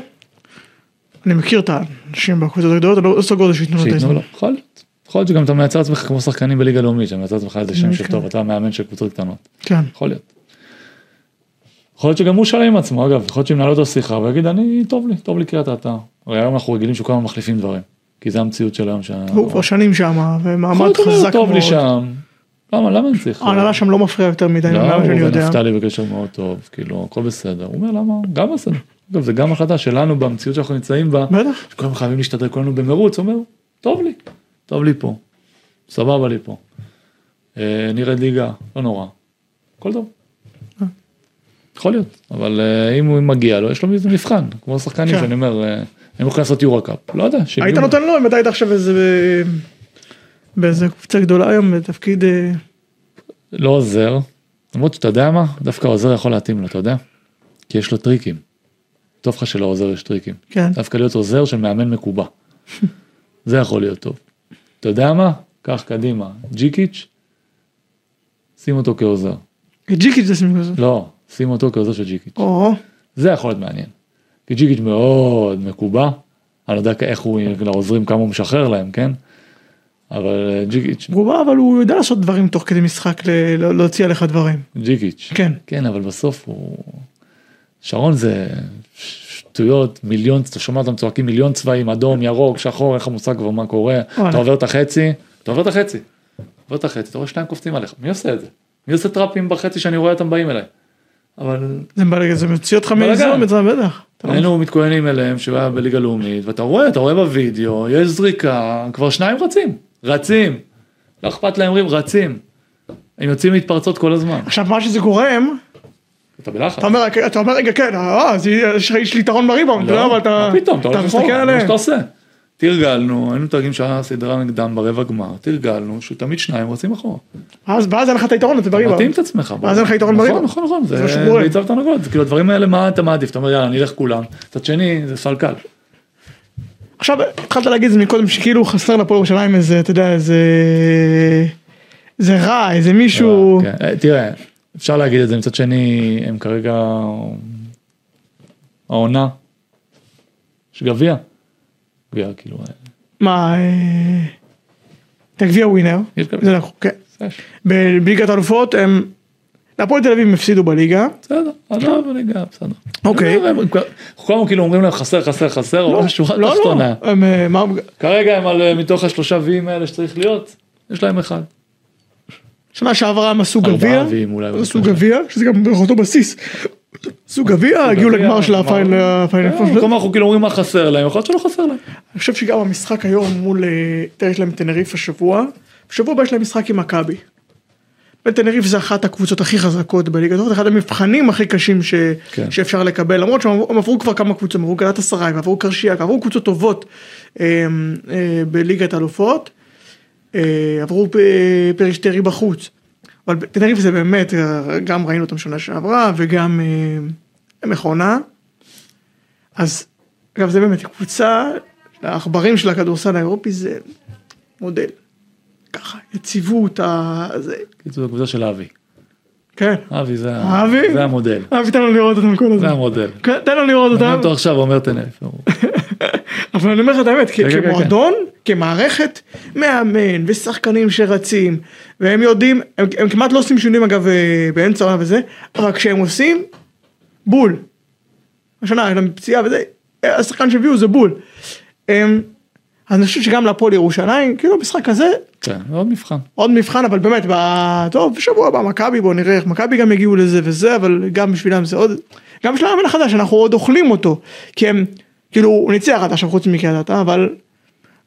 אני מכיר את האנשים בקבוצות הגדולות, אני לא סגור על זה שייתנו לו את
שייתנו
ההזדמנות.
לו. יכול להיות. יכול להיות שגם אתה מייצר עצמך כמו שחקנים בליגה לאומית, שאתה מייצר עצמך איזה שם
אוקיי.
של טוב, אתה המאמן של קבוצות קטנות.
כן.
יכול להיות. יכול להיות שגם הוא שלם עם עצמו, אגב, יכול להיות שהם נעלו אותו שיחה ויגיד, אני, טוב לי, טוב לי קריית אתר. הרי היום אנחנו רגילים שכל הזמן מחליפים דברים, כי זה המציאות של היום. שה-
הוא כבר שנים שם,
יכול
ומעמד
להיות שהוא אומר,
חזק
טוב לי
מאוד.
שם. למה, למה אני צריך?
ההנהלה שם לא מפריעה יותר מדי,
לא,
למה
הוא
שאני יודע.
ונפתלי בקשר מאוד טוב, כאילו, הכל בסדר. הוא אומר, למה? גם בסדר. אגב, זה גם החלטה שלנו במציאות שאנחנו נמצאים בה.
בטח.
שכולם חייבים להשתדל, כולנו במרוץ, אומר, טוב לי, טוב לי פה, סבבה לי פה. אה, נראית ליגה, לא נורא, הכל טוב.
אה.
יכול להיות, אבל אה, אם הוא מגיע לו, יש לו איזה מבחן, כמו השחקנים
כן.
שאני אומר, אה, הם יכולים לעשות יורו קאפ, לא יודע, שיגיעו.
היית נותן לו אם אתה היית עכשיו איזה... באיזה קבוצה גדולה היום, בתפקיד... אה,
לא עוזר, למרות שאתה יודע מה, דווקא עוזר יכול להתאים לו, אתה יודע? כי יש לו טריקים. טוב לך שלעוזר יש טריקים.
כן.
דווקא להיות עוזר של מאמן מקובע. זה יכול להיות טוב. אתה יודע מה? קח קדימה, ג'יקיץ', שים אותו כעוזר.
ג'יקיץ' זה סימן כזה.
לא, שים אותו כעוזר של ג'יקיץ'.
או,
זה יכול להיות מעניין. כי ג'יקיץ' מאוד מקובע, אני לא יודע איך הוא, לעוזרים כמה הוא משחרר להם, כן? אבל אה, ג'יקיץ',
הוא בא אבל הוא יודע לעשות דברים תוך כדי משחק, ל- ל- להוציא עליך דברים.
ג'יקיץ'.
כן.
כן, אבל בסוף הוא... שרון זה שטויות, מיליון, אתה שומע אותם צועקים מיליון צבעים, אדום, ירוק, שחור, אין לך מושג כבר מה קורה,
וואלה.
אתה עובר את החצי, אתה עובר את החצי, עובר את החצי, אתה רואה שניים קופצים עליך, מי עושה את זה? מי עושה טראפים בחצי שאני רואה אותם באים אליי? אבל
זה מבלגן, זה מוציא אותך
בלגן.
מאזור, מזרם בטח. אתה לא-
היינו מתכוננים אליהם שהוא היה בליגה לאומית ואתה רואה אתה רואה בווידאו יש זריקה כבר שניים רצים רצים לא אכפת להם אומרים רצים הם יוצאים להתפרצות כל הזמן
עכשיו מה שזה גורם,
אתה בלחץ.
אתה אומר, אתה אומר רגע כן, אה, אז יש לך- יש לי יתרון בריבאונד, אתה יודע, לא, אבל אתה,
לא, מה פתאום, אתה הולך
מסתכל
אחורה, זה מה
עליהם.
שאתה עושה. תרגלנו, היינו מתרגלים שהיה סדרה נגדם ברבע גמר, תרגלנו שתמיד שניים רצים אחורה.
אז ואז אין לך את היתרון, אתה בריבאונד.
מתאים את עצמך.
ואז אין לך יתרון
נכון,
בריבאונד.
נכון, נכון,
זה מה
זה
שגורם.
בעיצב את הנגות, זה כאילו הדברים האלה, מה אתה מעדיף? אתה אומר יאללה, אני אלך כולם, מצד שני זה סל קל.
עכשיו התחלת להגיד את זה מקודם שכאילו חסר לפועל ירושלים איזה אתה יודע איזה איזה רע איזה מישהו
כן. אה, תראה, אפשר להגיד את זה, מצד שני הם כרגע העונה, יש גביע, גביע כאילו, אה,
מה אה, את הגביע ווינר
יש גביע.
זה נכון, כן.
זה-
ב- בליגת האלופות הם להפועל תל אביב הם הפסידו בליגה
בסדר, עזוב רגע, בסדר.
אוקיי.
אני אומר, הם כבר- כולם כאילו אומרים להם חסר, חסר, חסר, אבל השורה
לא לא
התחתונה.
הם, אה, מה-
כרגע הם על אה, מתוך השלושה ויים האלה שצריך להיות, יש להם אחד.
שנה שעברה הם עשו
ארבעה
גביע
ויים אולי, אבל
עשו
שלושה.
גביע שזה גם בערך אותו בסיס. עשו גביע הגיעו
גביע,
לגמר של
גמר.
הפיינל אה, הפיינל פור.
כלומר אנחנו כאילו אומרים מה חסר להם, יכול להיות שלא חסר להם.
אני חושב שגם המשחק היום מול, אה, תראה, יש להם טנריף השבוע, בשבוע הבא יש להם משחק עם מכבי. וטנריף זה אחת הקבוצות הכי חזקות בליגה הזאת, אחד המבחנים הכי קשים ש...
כן.
כן. שאפשר לקבל, למרות שהם עברו- הם עברו כבר כמה קבוצות, הם עברו גלת עשרה, ועברו קרשייה, ועברו קבוצות טובות אה, אה, בליגת האלופות, אה, עברו פ- פרישטרי בחוץ. אבל טנריף זה באמת, אה, גם ראינו אותם שנה שעברה, וגם אה, מכונה. אז, אגב, זה באמת קבוצה, העכברים של הכדורסל האירופי זה מודל. ככה, יציבות, ה... זה,
קיצור, הקבוצה של אבי.
כן.
אבי זה, ה-
אבי?
זה המודל.
אבי, תן לו לראות אותם כל
זה
הזמן.
המודל.
כן, תן לו לראות
אני רואה
אותם.
אותו עכשיו אומר תנף. הוא-
אבל אני אומר לך את האמת, כ-
כן, כן,
כמועדון, כמערכת, מאמן ושחקנים שרצים, והם יודעים, הם, הם כמעט לא עושים שינויים אגב אה, באמצע העונה וזה, אבל כשהם עושים, בול. השנה היה להם פציעה וזה, אה, השחקן שהביאו זה בול. הם, אז אני חושב שגם להפועל ירושלים, כאילו המשחק הזה,
כן, זה עוד מבחן.
עוד מבחן, אבל באמת, ב... טוב, בשבוע הבא מכבי, בואו נראה איך מכבי גם יגיעו לזה וזה, אבל גם בשבילם זה עוד, גם בשביל המאמן החדש, אנחנו עוד אוכלים אותו, כי הם, כאילו, הוא ניצח עד עכשיו חוץ מקריית אתא, אבל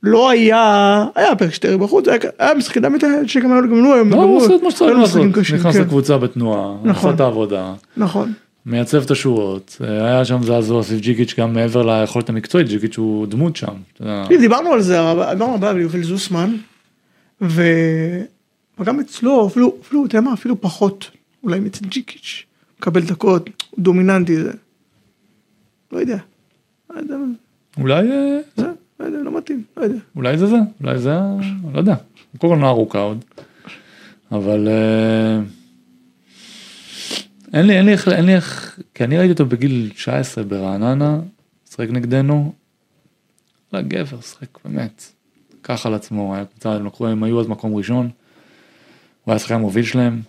לא היה, היה פרק שטרי בחוץ, היה, היה משחק דם שגם היו גם לו היום,
לא,
גם
הוא עושה את מה שצריך
היו לו משחקים
לעשות.
קשים,
נכנס
כן.
לקבוצה בתנועה, עשה
נכון.
את העבודה,
נכון,
מייצב את השורות. אה, היה שם זעזוע סביב ג'יקיץ' גם מעבר ליכולת המקצועית, ג'יקיץ' הוא דמות שם. אתה יודע.
תראי, דיברנו על זה, הרבה- דיברנו הרבה על יובל זוסמן, ו... וגם אצלו, אפילו, אפילו, אתה יודע מה, אפילו פחות, אולי מצד ג'יקיץ', מקבל דקות, הוא דומיננטי זה. לא יודע. לא יודע,
אולי אה,
זה, לא יודע, לא מתאים, לא יודע.
אולי זה זה, אולי זה, ה- לא יודע, כל עונה ארוכה עוד, אבל אה, אין לי, אין לי איך, אין לי איך, כי אני ראיתי אותו בגיל 19 ברעננה, משחק נגדנו, לא גבר, שחק באמת, לקח על עצמו, היה קבוצה, הם לקחו, הם היו אז מקום ראשון, הוא היה השחקן המוביל שלהם,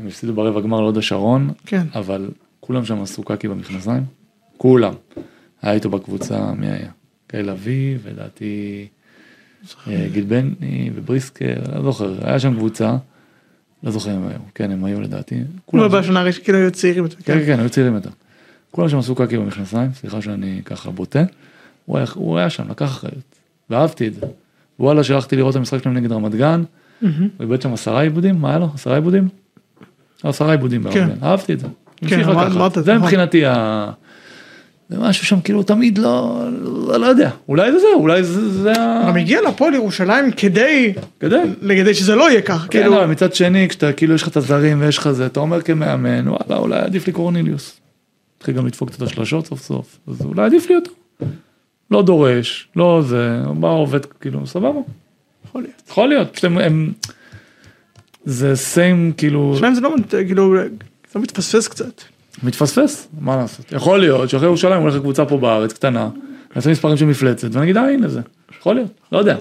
הם הפסידו ברבע גמר להוד השרון,
כן.
אבל כולם שם עשו קקי במכנסיים, כולם. היה איתו בקבוצה, מי היה? גיא לביא, ולדעתי אה, גיל בני ובריסקר, לא זוכר, היה שם קבוצה, לא זוכר אם הם היו, כן הם היו לדעתי,
לא
כולם, שם-
בשנה הראשונה, כאילו היו צעירים יותר.
כן כן כן, היו צעירים יותר, כולם שם עשו קקי במכנסיים, סליחה שאני ככה בוטה, הוא היה- הוא היה שם, לקח אחריות, ואהבתי את זה, וואלה שהלכתי לראות את המשחק שלהם נגד רמת גן,
מהמם.
הוא איבד שם עשרה עיבודים, מה היה לו? עשרה עיבודים? לא, עשרה עיבודים
כן.
בארגן, אהבתי את זה. המשיך
אמר-
לקחת.
אמרת את זה,
זה
נכון.
מבחינתי ה... זה משהו שם כאילו תמיד לא, לא, לא יודע, אולי זה זה, אולי זה זה ה...
גם הגיע להפועל ירושלים כדי,
כדי.
כדי שזה לא יהיה כך,
כן,
כאילו,
אבל מצד שני, כשאתה כאילו יש לך את הזרים ויש לך זה, אתה אומר כמאמן, וואלה, אולי עדיף לי קורניליוס. התחיל גם לדפוק קצת השלשות סוף סוף, אז אולי עדיף לי אותו. לא דורש, לא זה, בא עובד כאילו, סבבה.
יכול להיות.
יכול להיות, פשוט הם- הם... זה סיים כאילו...
שלהם זה לא, מת- כאילו, זה מתפספס קצת.
מתפספס, מה לעשות? יכול להיות שאחרי ירושלים הולך לקבוצה פה בארץ, קטנה, נעשה מספרים של מפלצת, ונגיד, אה, הנה זה, יכול להיות, לא יודע.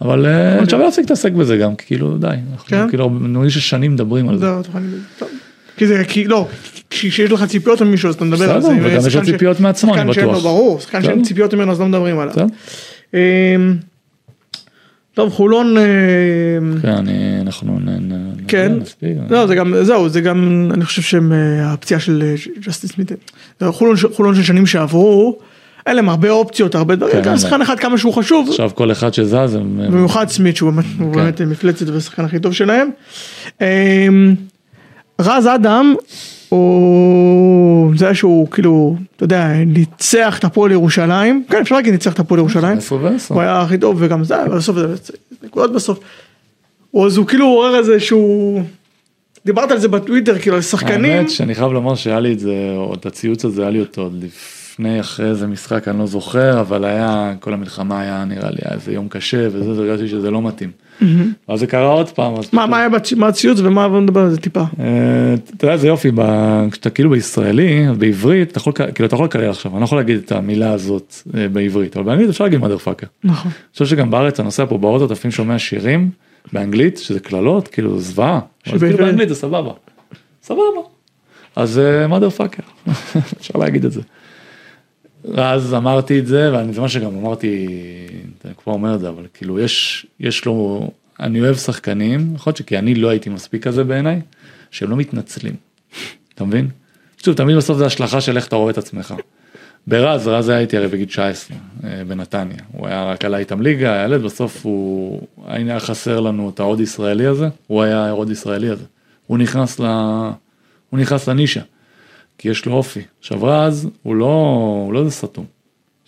אבל אה, שווה להפסיק להתעסק בזה גם, כי כאילו, די,
כן.
אנחנו כאילו, נראה לי ששנים מדברים על זה.
לא, אתה יכול להגיד, טוב. כי זה, כי לא, כי- כשיש לך ציפיות ממישהו אז אתה מדבר על
בסדר,
זה.
וגם יש לו
ושחקן ש-
ציפיות מעצמו, אני
שחקן שאין לו,
בטוח.
ברור, שחקן שאין
בסדר.
ציפיות ממנו אז לא מדברים עליו.
בסדר?
אמ, טוב, חולון, אמ,
כן, אני- אנחנו נ- נ- נ-
כן.
נספיק.
לא, זה גם, זהו, זה גם, אני חושב שהם, אה, הפציעה של אה, ש- ג'סטין סמית, אה, חולון ש- חולון של שנים שעברו, אין להם הרבה אופציות, הרבה דברים,
כן,
גם
אין
שחקן
להם.
אחד כמה שהוא חשוב,
עכשיו כל אחד שזז, הם- הם-
במיוחד סמית שהוא באמת, הוא
כן.
באמת מפלצת והשחקן הכי טוב שלהם. אמ, רז אדם הוא זה שהוא כאילו אתה יודע ניצח את הפועל ירושלים כן אפשר להגיד ניצח את הפועל ירושלים
10 ו-10.
הוא היה הכי טוב וגם זה אבל בסוף זה זה נקודות בסוף. הוא- אז הוא כאילו עורר איזה שהוא דיברת על זה בטוויטר כאילו על שחקנים
האמת שאני חייב לומר שהיה לי את זה, או את הציוץ הזה היה לי אותו עוד לפני אחרי איזה משחק אני לא זוכר אבל היה כל המלחמה היה נראה לי היה איזה יום קשה וזה והרגשתי שזה לא מתאים. ואז זה קרה עוד פעם. אז
מה מה היה בצ- מה הציוץ ומה בוא נדבר על זה טיפה
אה, אתה יודע זה יופי ב- כשאתה כאילו בישראלי בעברית אתה יכול כ- כאילו אתה יכול לקלל עכשיו אני לא יכול להגיד את המילה הזאת אה, בעברית אבל באנגלית אפשר להגיד מother fucker.
נכון
אני חושב שגם בארץ אתה נוסע פה באוטו אתה לפעמים שומע שירים באנגלית שזה קללות כאילו זה זוועה. אבל
שבעברית.
כאילו באנגלית זה סבבה. סבבה. אז מודר פאקר אפשר להגיד את זה. אז אמרתי את זה ואני זה מה שגם אמרתי אני כבר אומר את זה אבל כאילו יש יש לו אני אוהב שחקנים יכול להיות שכי אני לא הייתי מספיק כזה בעיניי שהם לא מתנצלים. אתה מבין? שוב תמיד בסוף זה השלכה של איך אתה רואה את עצמך. ברז, רז היה איתי הרי בגיל 19 אה, בנתניה, הוא היה רק עלה איתם ליגה, היה ילד, בסוף הוא, היה חסר לנו את העוד ישראלי הזה, הוא היה העוד ישראלי הזה, הוא נכנס, ל... הוא נכנס לנישה, כי יש לו אופי. עכשיו רז, הוא לא, הוא לא איזה סתום,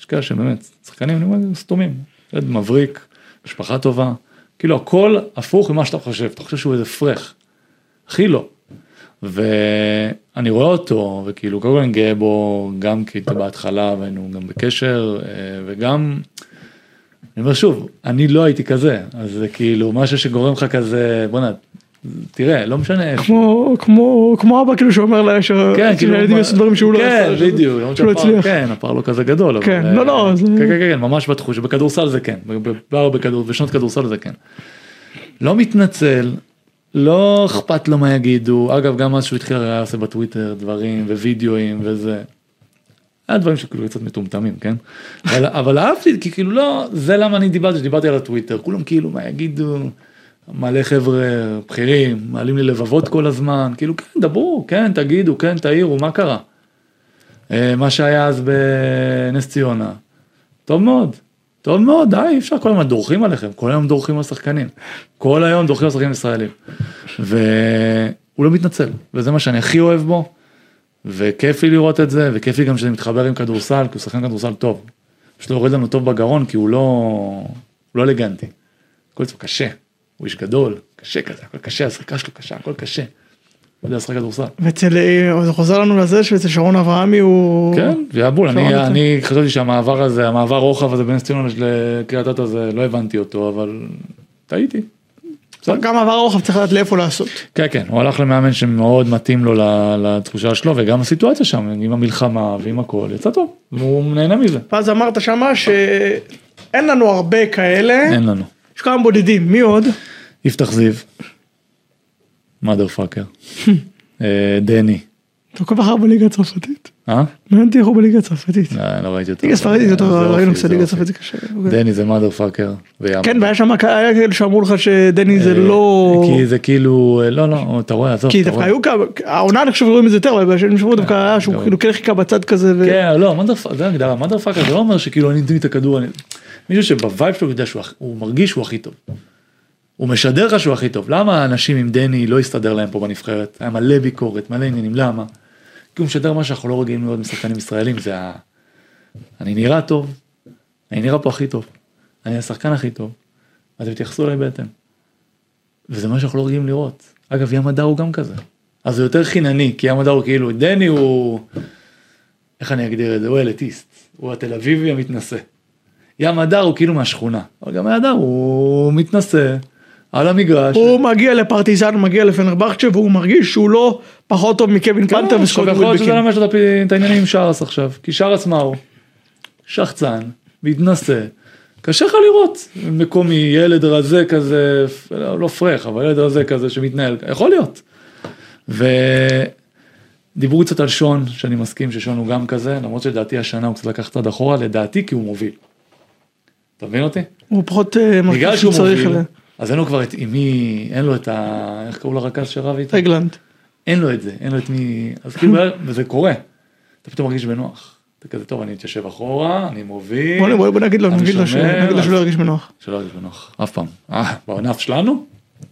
יש כאלה שבאמת, שחקנים, אני אומר, הם סתומים, ילד מבריק, משפחה טובה, כאילו הכל הפוך ממה שאתה חושב, אתה חושב שהוא איזה פרח, הכי לא. ואני רואה אותו וכאילו קודם כל אני גאה בו גם כי הייתה בהתחלה והיינו גם בקשר אה, וגם אני אומר שוב, אני לא הייתי כזה, אז זה כאילו משהו שגורם לך כזה, בוא'נה, תראה, לא משנה איפה.
כמו כמו כמו אבא כאילו שאומר לה
כן, כאילו,
שהילדים יעשו דברים שהוא לא
כן,
עשה,
בדיוק, למרות
שהוא לא
שהפער-
הצליח.
כן, הפער לא כזה גדול, אבל,
כן,
אה,
לא, לא, זה-
כן, כן, כן, ממש בתחוש, בכדורסל זה כן, בפער בכדור, בשנות כדורסל זה כן. לא מתנצל, לא אכפת לו מה יגידו, אגב, גם אז שהוא התחיל היה עושה בטוויטר דברים ווידאוים וזה. היה דברים שכאילו קצת מטומטמים, כן? אבל, אבל אהבתי, כי כאילו לא, זה למה אני דיברתי, שדיברתי על הטוויטר, כולם כאילו מה יגידו, מלא חבר'ה בכירים, מעלים לי לבבות כל הזמן, כאילו כן, דברו, כן, תגידו, כן, תעירו, מה קרה? אה, מה שהיה אז בנס ציונה, טוב מאוד, טוב מאוד, די, אי אפשר, כל הזמן דורכים עליכם, כל היום דורכים על שחקנים, כל היום דורכים על שחקנים ישראלים, והוא לא מתנצל, וזה מה שאני הכי אוהב בו, וכיף לי לראות את זה, וכיף לי גם שזה מתחבר עם כדורסל, כי הוא שחקן כדורסל טוב. פשוט לא יורד לנו טוב בגרון, כי הוא לא, הוא לא אלגנטי. הכל אצלו קשה, הוא איש גדול, קשה כזה, הכל קשה, השחקה שלו קשה, הכל קשה. הוא יודע לשחק כדורסל.
ואצל אה, זה חוזר לנו לזה שאצל שרון אברהמי הוא
כן, ויאבול,
שרון
אני,
יצא.
אני חשבתי שהמעבר הזה, המעבר רוחב הזה בין סטיונה לקריית אתא הזה, לא הבנתי אותו, אבל טעיתי. בסדר.
גם עבר הרוחב צריך לדעת לאיפה לעשות.
כן, כן, הוא הלך למאמן שמאוד מתאים לו ל- לתחושה שלו, וגם הסיטואציה שם, עם המלחמה ועם הכל, יצא טוב, והוא נהנה מזה.
ואז אמרת שמה שאין לנו הרבה כאלה,
אין לנו.
יש כמה בודדים, מי עוד?
יפתח זיו, מאדר פאקר, אה, דני,
אתה כל כך הרבה בליגה הצרפתית.
אה?
מעניין אותי איך הוא בליגה הצרפתית.
לא, לא ראיתי אותו.
ליגה ספרדית יותר,
זה לא אופי,
ראינו
זה
קצת ליגה
אופי.
צרפתית זה קשה.
דני זה מאדר פאקר, ויאמן.
כן, והיה שם, היה כאלה שאמרו לך שדני זה לא...
אה, כי זה כאילו, אה, לא, לא, אתה רואה, עזוב,
כי
אתה
דווקא
רואה.
היו כמה, העונה אני חושב רואים את זה יותר, אבל בשנים שבוע דווקא היה שהוא
גם.
כאילו כן חיכה בצד כזה, ו-
כן, לא, מאדר פאקר, זה הגדרה, מאדר פאקר זה לא אומר שכאילו אני אתן את הכדור, אני... מישהו שבווייב שלו יודע שהוא הכ- הוא מרגיש שהוא הכי טוב. הוא משדר לך שהוא הכי טוב, למה אנשים עם דני לא הסתדר להם פה בנבחרת, היה מלא ביקורת, מלא עניינים, למה? כי הוא משדר מה שאנחנו לא רגילים לראות משחקנים ישראלים, זה ה... אני נראה טוב, אני נראה פה הכי טוב, אני השחקן הכי טוב, אז התייחסו אליי בהתאם. וזה מה שאנחנו לא רגילים לראות. אגב, ים הדר הוא גם כזה. אז הוא יותר חינני, כי ים הדר הוא כאילו, דני הוא... איך אני אגדיר את זה? הוא אליטיסט, הוא התל אביבי המתנשא. ים הדר הוא כאילו מהשכונה, אבל גם ים הדר הוא מתנשא, על המגרש.
הוא מגיע לפרטיזן, הוא מגיע לפנרבכצ'ה, והוא מרגיש שהוא לא פחות טוב מקווין
כן,
פנתר וסקוטי
ויכול להיות שזה לא
ווילבקין.
למה יש לו את הפ- את העניינים עם שרס עכשיו, כי שרס מה הוא? שחצן, מתנשא, קשה לך לראות מקומי, ילד רזה כזה, פ- לא לא פרח, אבל ילד רזה כזה שמתנהל, יכול להיות. ודיברו קצת על שון, שאני מסכים ששון הוא גם כזה, למרות שלדעתי השנה הוא קצת לקח צעד אחורה, לדעתי כי הוא מוביל. אתה מבין אותי?
הוא פחות אה,
בגלל
מרגיש שהוא
שהוא
צריך
מוביל,
אליה.
אז אין לו כבר את אימי, אין לו את ה... איך קראו לרכז שרב איתו?
רגלנד.
אין לו את זה, אין לו את מי, אז כאילו, וזה קורה. אתה פתאום מרגיש בנוח. אתה כזה, טוב, אני אתיישב אחורה, אני מוביל.
בוא נ- בוא נגיד לו,
אני
נגיד לו ש-
שומר,
נגיד לו
אז-
שלא ירגיש בנוח.
שלא ירגיש בנוח, אף פעם. אה, בענף שלנו,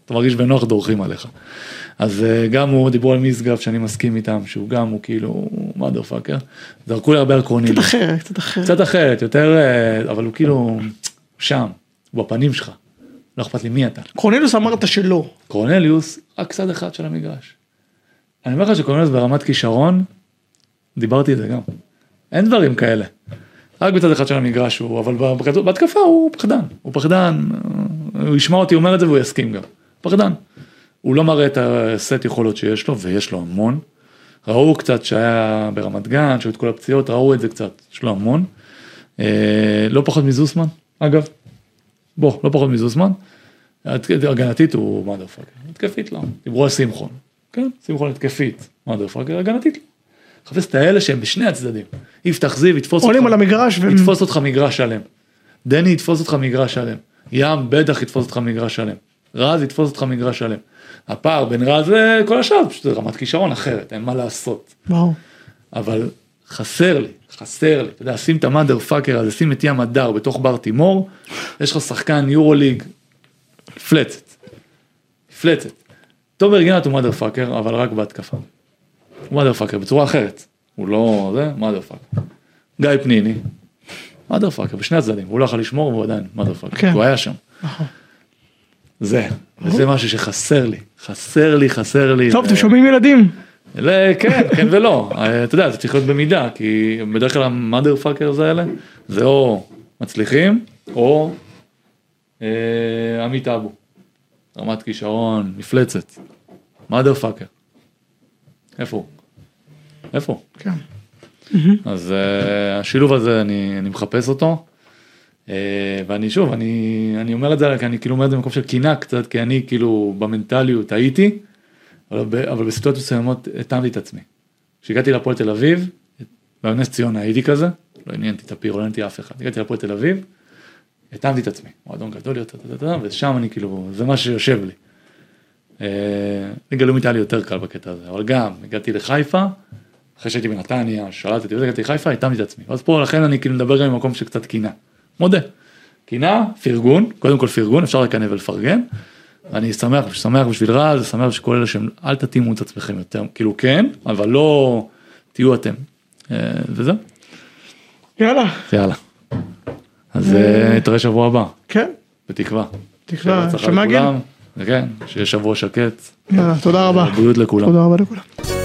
אתה מרגיש בנוח, דורכים עליך. אז אה, גם הוא, דיברו על משגב, שאני מסכים איתם, שהוא גם, הוא כאילו, מאדר פאקר. זרקו לי הרבה עקרונים.
קצת אחרת, קצת אחרת.
קצת אחרת, יותר, אה, אבל הוא כאילו, שם, הוא בפנים שלך. לא אכפת לי מי אתה.
קורנילוס אמרת שלא.
קורנליוס, רק צד אחד של המגרש. אני אומר לך שקורנליוס ברמת כישרון, דיברתי את זה גם. אין דברים כאלה. רק בצד אחד של המגרש הוא, אבל בכדור- בהתקפה הוא פחדן. הוא פחדן, אה, הוא ישמע אותי אומר את זה והוא יסכים גם. פחדן. הוא לא מראה את הסט יכולות שיש לו, ויש לו המון. ראו קצת שהיה ברמת גן, שהיו את כל הפציעות, ראו את זה קצת, יש לו המון. אה, לא פחות מזוסמן, אגב. בוא, לא פחות מזוסמן. הת- הגנתית הוא מאדר פאקר, התקפית לא. דיברו על שמחון, כן, שמחון התקפית, מאדר פאקר, הגנתית לא. חפש את האלה שהם בשני הצדדים. יפתח זיו יתפוס אותך.
עולים על המגרש והם-
יתפוס אותך מגרש שלם. דני יתפוס אותך מגרש שלם. ים בטח יתפוס אותך מגרש שלם. רז יתפוס אותך מגרש שלם. הפער בין רז לכל השאר, זה פשוט רמת כישרון אחרת, אין מה לעשות.
ברור.
אבל חסר לי, חסר לי. אתה יודע, שים את המאדר פאקר הזה, שים את ים הדר בתוך בר תימור, יש לך שחקן יורוליג, מפלצת. מפלצת. תומר גינת הוא מאדר פאקר, אבל רק בהתקפה. הוא מאדר פאקר בצורה אחרת. הוא לא זה, מאדר פאקר. גיא פניני, מאדר פאקר, בשני הצדדים, הוא לא יכול לשמור, והוא עדיין מאדר פאקר,
כן.
הוא היה שם.
נכון. אוקיי.
זה, וזה משהו שחסר לי, חסר לי, חסר לי. אה,
טוב,
ו-
אתם שומעים ילדים?
ל- כן, כן ולא, אה, אתה יודע, זה צריך להיות במידה, כי בדרך כלל המאדר פאקרס האלה, זה או מצליחים, או אה, עמית אבו, רמת כישרון, מפלצת, mother fucker. איפה הוא? איפה הוא?
כן.
אז אה, השילוב הזה אני, אני מחפש אותו. אה, ואני שוב אני אני אומר את זה כי אני כאילו אומר את זה במקום של קינה קצת כי אני כאילו במנטליות הייתי אבל, ב- אבל בסיטואציות מסוימות התאמתי את עצמי. כשהגעתי להפועל תל אביב בנס ציונה הייתי כזה לא עניין אותי את הפיר לא עניין אותי אף אחד הגעתי להפועל תל אביב התאמתי את עצמי מועדון גדול יותר טה, טה, טה, טה, ושם אני כאילו זה מה שיושב לי. אה, ליגה לאומית היה לי יותר קל בקטע הזה אבל גם הגעתי לחיפה אחרי שהייתי בנתניה, שלטתי וזה, הגעתי לחיפה, התאמתי את עצמי. אז פה לכן אני כאילו מדבר גם ממקום של קצת קינה. מודה. קינה, פרגון, קודם כל פרגון, אפשר לקנא ולפרגן. אני שמח, שמח בשביל רז, שמח בשביל כל אלה שהם, אל תתאימו את עצמכם יותר, כאילו כן, אבל לא תהיו אתם. אה, וזהו,
יאללה,
אז יאללה. אז אה, נתראה שבוע הבא,
כן,
בתקווה.
תקווה,
בהצלחה
שמע אה, גיל?
לכולם. כן, שיהיה שבוע שקט,
יאללה, תודה רבה.
בריאות לכולם.
תודה רבה לכולם.
Thank